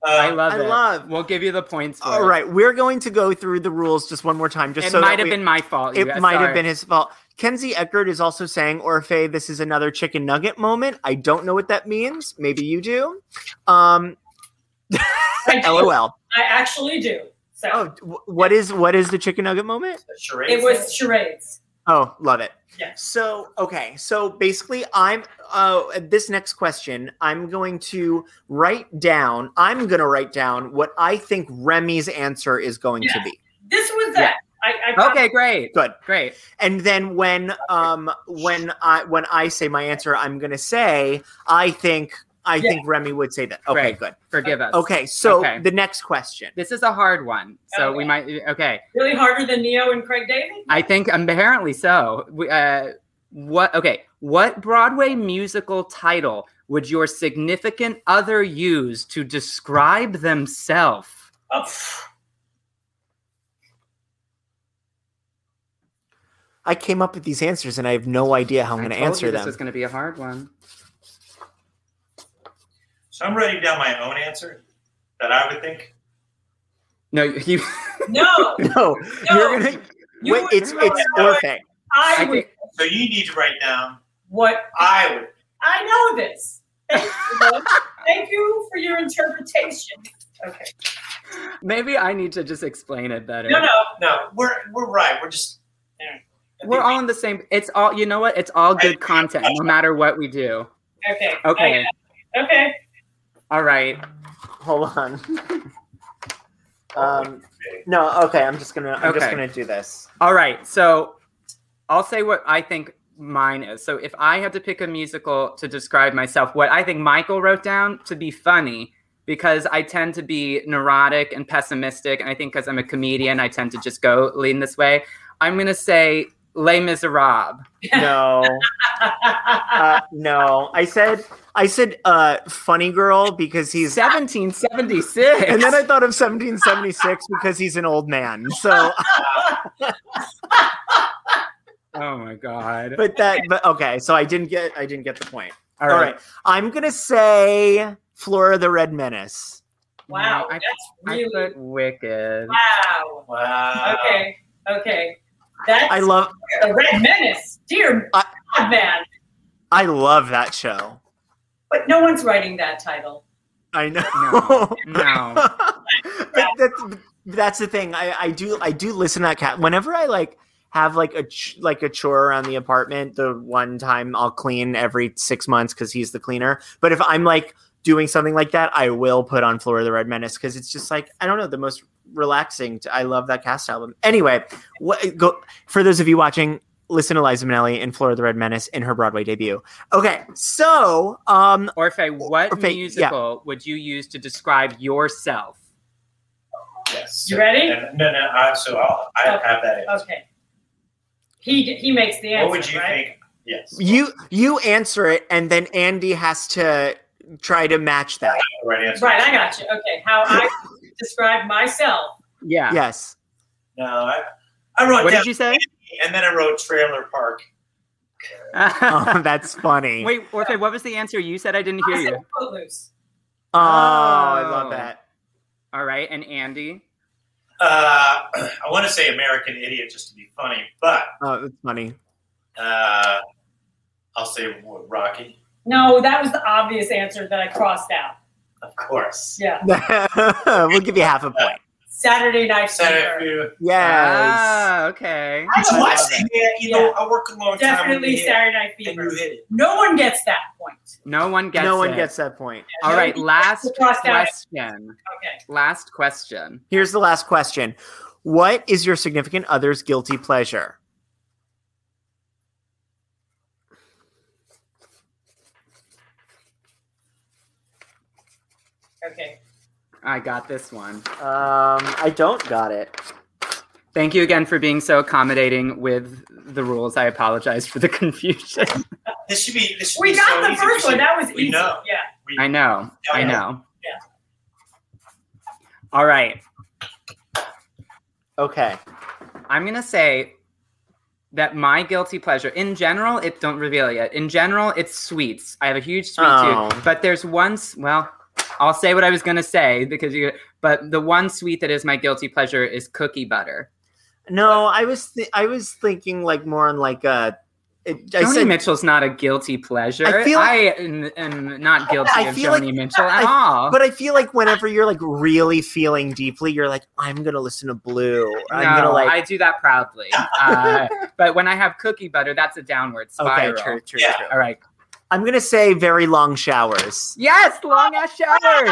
S2: Uh,
S1: I love
S4: I
S1: it.
S4: love-
S1: We'll give you the points. For
S4: All
S1: it.
S4: right, we're going to go through the rules just one more time. Just
S1: It
S4: so that
S1: might have
S4: we-
S1: been my fault, you
S4: It
S1: guys.
S4: might have
S1: Sorry.
S4: been his fault. Kenzie Eckert is also saying, "Orfe, this is another chicken nugget moment." I don't know what that means. Maybe you do. Um, LOL.
S5: I actually do. So
S12: Oh,
S4: What is what is the chicken nugget moment?
S5: it was charades.
S4: Oh, love it.
S5: Yeah.
S4: So, okay. So basically, I'm uh this next question, I'm going to write down, I'm going to write down what I think Remy's answer is going to
S5: Yeah.
S4: be.
S5: This was that. I, I
S4: Okay,
S1: great.
S4: Good.
S1: Great.
S4: And then when um when I when I say my answer, I'm going to say I think I
S1: Yeah.
S4: think Remy would say that. Okay,
S1: Great.
S4: good.
S1: Forgive us.
S4: Okay, so
S1: Okay.
S4: the next question.
S1: This is a hard one, so we might. Okay.
S5: Really harder than Neo and Craig David?
S1: I think apparently so. We, uh, what? Okay. What Broadway musical title would your significant other use to describe themselves?
S5: Oh,
S4: I came up with these answers and I have no idea how I'm going to
S1: told you
S4: answer
S1: this
S4: them.
S1: was going to be a hard one.
S2: So I'm writing down my own answer that I would think.
S1: No, you.
S5: No,
S4: no, you're going to
S5: You
S4: Wait,
S5: would
S4: it's
S5: know
S4: it's
S5: that.
S4: Orfe.
S5: I, would.
S2: So you need to write down
S5: what
S2: I would.
S5: I know this. Thank you, Thank you for your interpretation. Okay.
S1: Maybe I need to just explain it better.
S5: No, no,
S2: no. We're we're right. We're just.
S1: We're all in the same. It's all. You know what? It's all good content, no matter what we do.
S5: Okay.
S1: Okay.
S5: I- okay.
S1: All right.
S4: Hold on. Um, no, okay. I'm just gonna. I'm just
S1: Okay.
S4: gonna do this.
S1: All right. So I'll say what I think mine is. So if I had to pick a musical to describe myself, what I think Michael wrote down to be funny because I tend to be neurotic and pessimistic. And I think because I'm a comedian, I tend to just go lean this way. I'm going to say Les Miserables.
S4: No, uh, no. I said. I said. Uh, funny girl because he's
S1: 1776.
S4: And then I thought of 1776 because he's an old man. So,
S1: Oh my God.
S4: but that. But okay. So I didn't get. I didn't get the point.
S1: All
S4: All
S1: right.
S4: right. I'm gonna say Flora the Red Menace.
S5: Wow.
S1: I-
S5: that's
S1: I
S5: really
S1: put wicked.
S5: wow.
S2: Wow.
S5: Okay. Okay. That's
S4: I love.
S5: the Red Menace. Dear God, man.
S4: I love that show.
S5: But no one's writing that title.
S4: I know.
S1: No.
S4: but that's, that's the thing. I, I do I do listen to that cat whenever I like have like a ch- like a chore around the apartment. The one time I'll clean every six months because he's the cleaner. But if I'm like doing something like that, I will put on Flora the Red Menace because it's just like I don't know the most relaxing. To, I love that cast album. Anyway, what go for those of you watching. Listen to Liza Minnelli in Flora the Red Menace in her Broadway debut. Okay, so um,
S1: Orfe, what
S4: Orfe, yeah.
S1: musical would you use to describe yourself?
S2: Yes.
S5: You ready?
S2: And- no, no. I, so I'll, I have that. Answer.
S5: Okay. He he makes the answer.
S2: What would you
S5: right?
S2: think? Yes.
S4: You you answer it, and then Andy has to try to match that.
S2: Right answer.
S5: Right, I got you. Okay, how I describe myself.
S1: Yeah.
S4: Yes.
S2: No, I, I wrote.
S1: What did
S2: down
S1: you say?
S2: And then I wrote Trailer Park.
S4: Oh, that's funny.
S1: Wait, Orfe, what was the answer you said? I didn't hear
S5: I said
S1: you. Oh.
S5: Footloose.
S4: Oh, I love that.
S1: All right, and Andy.
S2: Uh, I want to say American Idiot just to be funny, but
S4: Oh, it's funny.
S2: uh, I'll say what, Rocky,
S5: No, that was the obvious answer that I crossed out.
S2: of course.
S5: Yeah,
S4: we'll give you half a point.
S5: Saturday Night
S2: Saturday
S5: Fever.
S4: Yes.
S1: Ah, okay.
S2: I was
S1: love
S2: watching
S1: it.
S2: it. You know, I work a long time. when
S5: Definitely
S2: you hit,
S5: Saturday Night
S2: And
S5: Fever.
S2: you hit it.
S5: No one gets that point.
S1: No one gets.
S4: no one
S1: it.
S4: gets that point.
S1: All right, last
S5: Crossed out.
S1: question.
S5: Okay.
S1: Last question.
S4: Here's the last question. What is your significant other's guilty pleasure?
S5: Okay.
S1: I got this one.
S4: Um, I don't got it.
S1: Thank you again for being so accommodating with the rules. I apologize for the confusion.
S2: This should be. This should
S5: We
S2: be
S5: got
S2: so
S5: the
S2: easy.
S5: first
S2: We
S5: one.
S2: should-
S5: That was
S2: we
S5: easy.
S2: Know.
S5: Yeah.
S1: I know. I know.
S5: Yeah.
S1: All right.
S4: Okay.
S1: I'm going to say that my guilty pleasure in general it don't reveal it yet in general it's sweets i have a huge sweet
S4: Oh.
S1: tooth but there's one s- well i'll say what i was going to say because you but the one sweet that is my guilty pleasure is cookie butter
S4: No, I was th- I was thinking like more on like a. It, I
S1: Joni
S4: said
S1: Mitchell's not a guilty pleasure.
S4: I feel
S1: I
S4: like-
S1: am, am not guilty
S4: I
S1: of
S4: feel
S1: Joni
S4: like-
S1: Mitchell at
S4: I-
S1: all.
S4: But I feel like whenever you're like really feeling deeply, you're like, I'm gonna listen to Blue. Or I'm gonna
S1: no,
S4: like.
S1: I do that proudly. Uh, but when I have cookie butter, that's a downward
S4: okay,
S1: spiral.
S4: true, true, true.
S1: All right.
S4: I'm gonna say very long showers.
S1: Yes, long ass showers.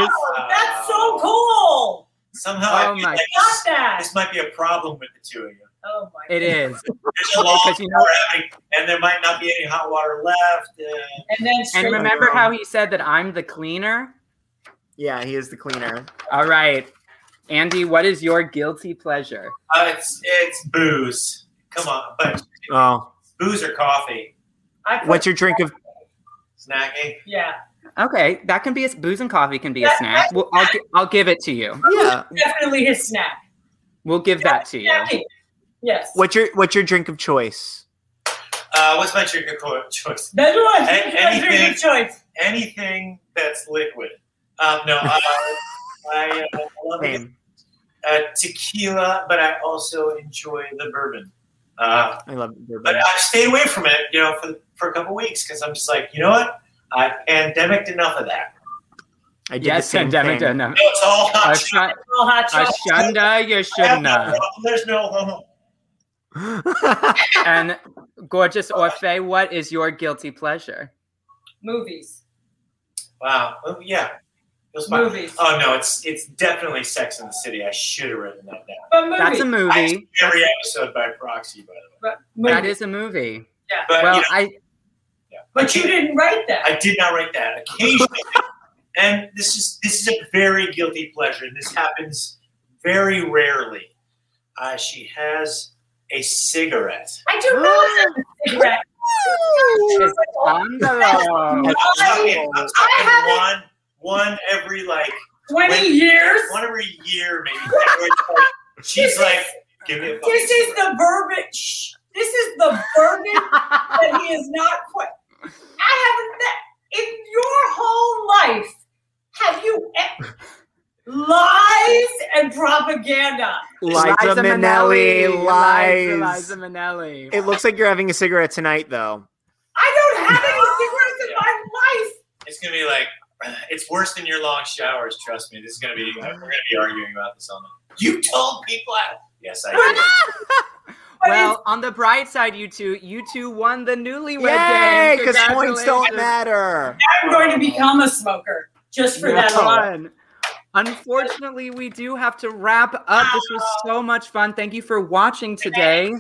S5: That's so cool.
S2: Somehow I
S1: Oh
S2: feel
S1: my-
S2: like
S5: Got
S2: this,
S5: that.
S2: this might be a problem with the two of you.
S5: Oh my.
S1: It is.
S2: There's a long
S1: Because you know-
S2: having, and there might not be any hot water left. uh, And,
S5: And then
S1: And
S5: straight-
S1: remember how he said that I'm the cleaner?
S4: Yeah, he is the cleaner.
S1: All right. Andy, what is your guilty pleasure?
S2: uh, it's it's booze. Come on, but
S4: Oh,
S2: booze or coffee,
S5: I put-
S4: what's your drink of?
S2: snacking.
S5: Yeah.
S1: Okay, that can be a booze and coffee can be a
S5: That-
S1: snack. Well, I'll, gi- I'll give it to you.
S4: Yeah.
S5: Definitely his snack.
S1: We'll give that to you.
S5: Snacking. Yes.
S4: What's your What's your drink of choice?
S2: Uh, what's my drink of co- choice?
S5: That's what.
S2: A-
S5: That's your good
S2: anything,
S5: choice.
S2: anything that's liquid. Um, no, uh, I uh, love it.
S4: Same.
S2: uh, tequila, but I also enjoy the bourbon. Uh,
S4: I love
S2: but
S4: bourbon.
S2: I stay away from it, you know, for, for a couple weeks because I'm just like, you know what? I pandemic enough of that.
S4: I did
S1: Yes,
S4: the same
S1: pandemic.
S4: thing.
S1: no.
S2: You know, it's all hot.
S1: Ashun-
S5: Little hot chocolate.
S1: Ashunda, you
S2: I have
S1: shouldn't
S2: no
S1: have.
S2: problem. There's no homo.
S1: And gorgeous Orfe, what is your guilty pleasure?
S5: Movies.
S2: Wow. Oh, yeah. Those my-
S5: Movies.
S2: Oh no, it's it's definitely Sex in the City. I should have written that down.
S5: But movies.
S1: That's a
S2: I
S1: movie.
S2: see every episode by proxy, by the way.
S5: But movies.
S1: That is a movie.
S5: Yeah.
S2: But
S1: Well,
S2: you know,
S1: I
S2: yeah.
S5: But you didn't write that.
S2: I did not write that. Occasionally, and this is this is a very guilty pleasure. and This happens very rarely. Uh, she has a cigarette.
S5: I do know that cigarette.
S1: it's on the
S2: I'm talking, I'm talking
S5: Oh, I
S2: one one every like
S5: Twenty
S2: when-
S5: years.
S2: one every year maybe. Where it's like- She's like, give me a fucking
S5: This is
S2: cigarette."
S5: the bourbon. Shh. This is the bourbon that he is not quite. I haven't. That, in your whole life, have you e- lies and propaganda?
S4: Liza, Minnelli, lies.
S1: Liza Minnelli.
S4: It looks like you're having a cigarette tonight, though.
S5: I don't have any cigarettes in my life.
S2: It's gonna be like, it's worse than your long showers. Trust me. This is gonna be. We're gonna be arguing about this all night. You told people. I, yes, I did.
S5: But
S1: Well, on the bright side, you two, you two won the newlywed
S5: Ah!
S4: Yay!
S1: game.
S4: Because points don't
S1: Congratulations.
S4: matter.
S5: I'm going to become a smoker just for that
S1: Well
S5: alone.
S1: done. Unfortunately, we do have to wrap up. This was so much fun. Thank you for watching today.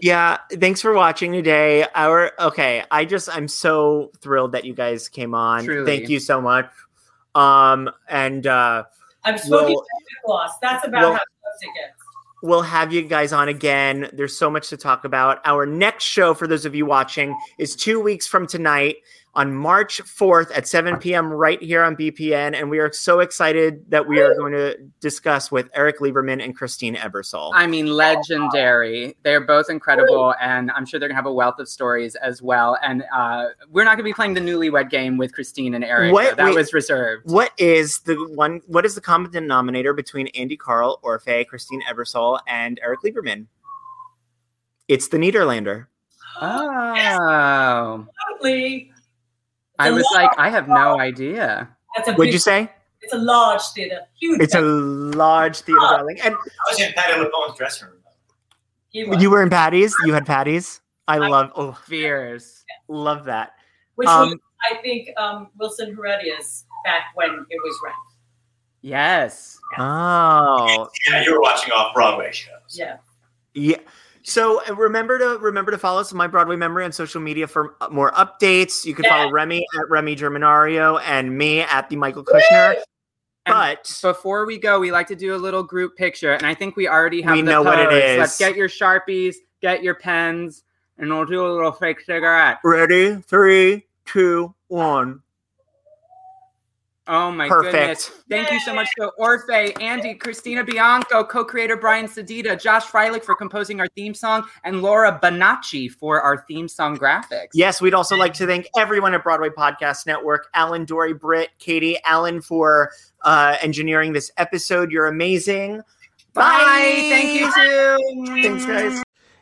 S4: Yeah, thanks for watching today. Our okay, I just I'm so thrilled that you guys came on.
S1: Truly.
S4: Thank you so much. Um and uh
S5: I'm smoking
S4: Well-
S5: lip gloss. That's about
S4: Well-
S5: how close it gets.
S4: we'll have you guys on again. There's so much to talk about. Our next show for those of you watching is 2 weeks from tonight on March 4th at 7 p.m. right here on BPN and we are so excited that we are going to discuss with Eric Lieberman and Christine Eversole.
S1: I mean, legendary. They're both incredible, and I'm sure they're gonna have a wealth of stories as well. And uh, we're not gonna be playing the newlywed game with Christine and Eric. though.
S4: What?
S1: That
S4: Wait.
S1: was reserved.
S4: What is the one? What is the common denominator between Andy Carl, Orfe, Christine Ebersole, and Eric Lieberman? It's the Niederlander.
S1: Oh,
S5: Probably.
S1: I was like, I have no idea.
S5: That's a
S4: What'd
S5: big,
S4: you say?
S5: It's a large theater. Huge.
S4: It's a large theater, darling. And
S2: I was in Patty LuPone's dressing room.
S5: He was.
S4: you were in Patty's. You had Patty's. I love, oh,
S1: Fierce.
S4: love that.
S5: which was,
S4: Um,
S5: I think, um, Wilson Heredia's back when it was ran.
S1: Yes.
S4: Oh,
S2: Yeah, you were watching off Broadway shows.
S5: Yeah.
S4: Yeah. So uh, remember to remember to follow us on my Broadway memory on social media for uh, more updates. You can follow Remy at Remy Germanario and me at the Michael Kushner.
S1: And
S4: But
S1: before we go, we like to do a little group picture, and I think we already have.
S4: We
S1: the
S4: know what it
S1: pose.
S4: is.
S1: Let's get your sharpies, get your pens, and we'll do a little fake cigarette.
S4: Ready? Three, two, one.
S5: Oh my
S4: Perfect.
S5: goodness. Thank you so much to Orfe, Andy, Christina Bianco, co-creator Brian Sedita, Josh Freilich for composing our theme song, and Laura Bonacci for our theme song graphics.
S4: Yes, we'd also like to thank everyone at Broadway Podcast Network, Alan, Dory, Britt, Katie, Alan for uh, engineering this episode. You're amazing.
S5: Bye. Thank you too.
S4: Thanks, guys.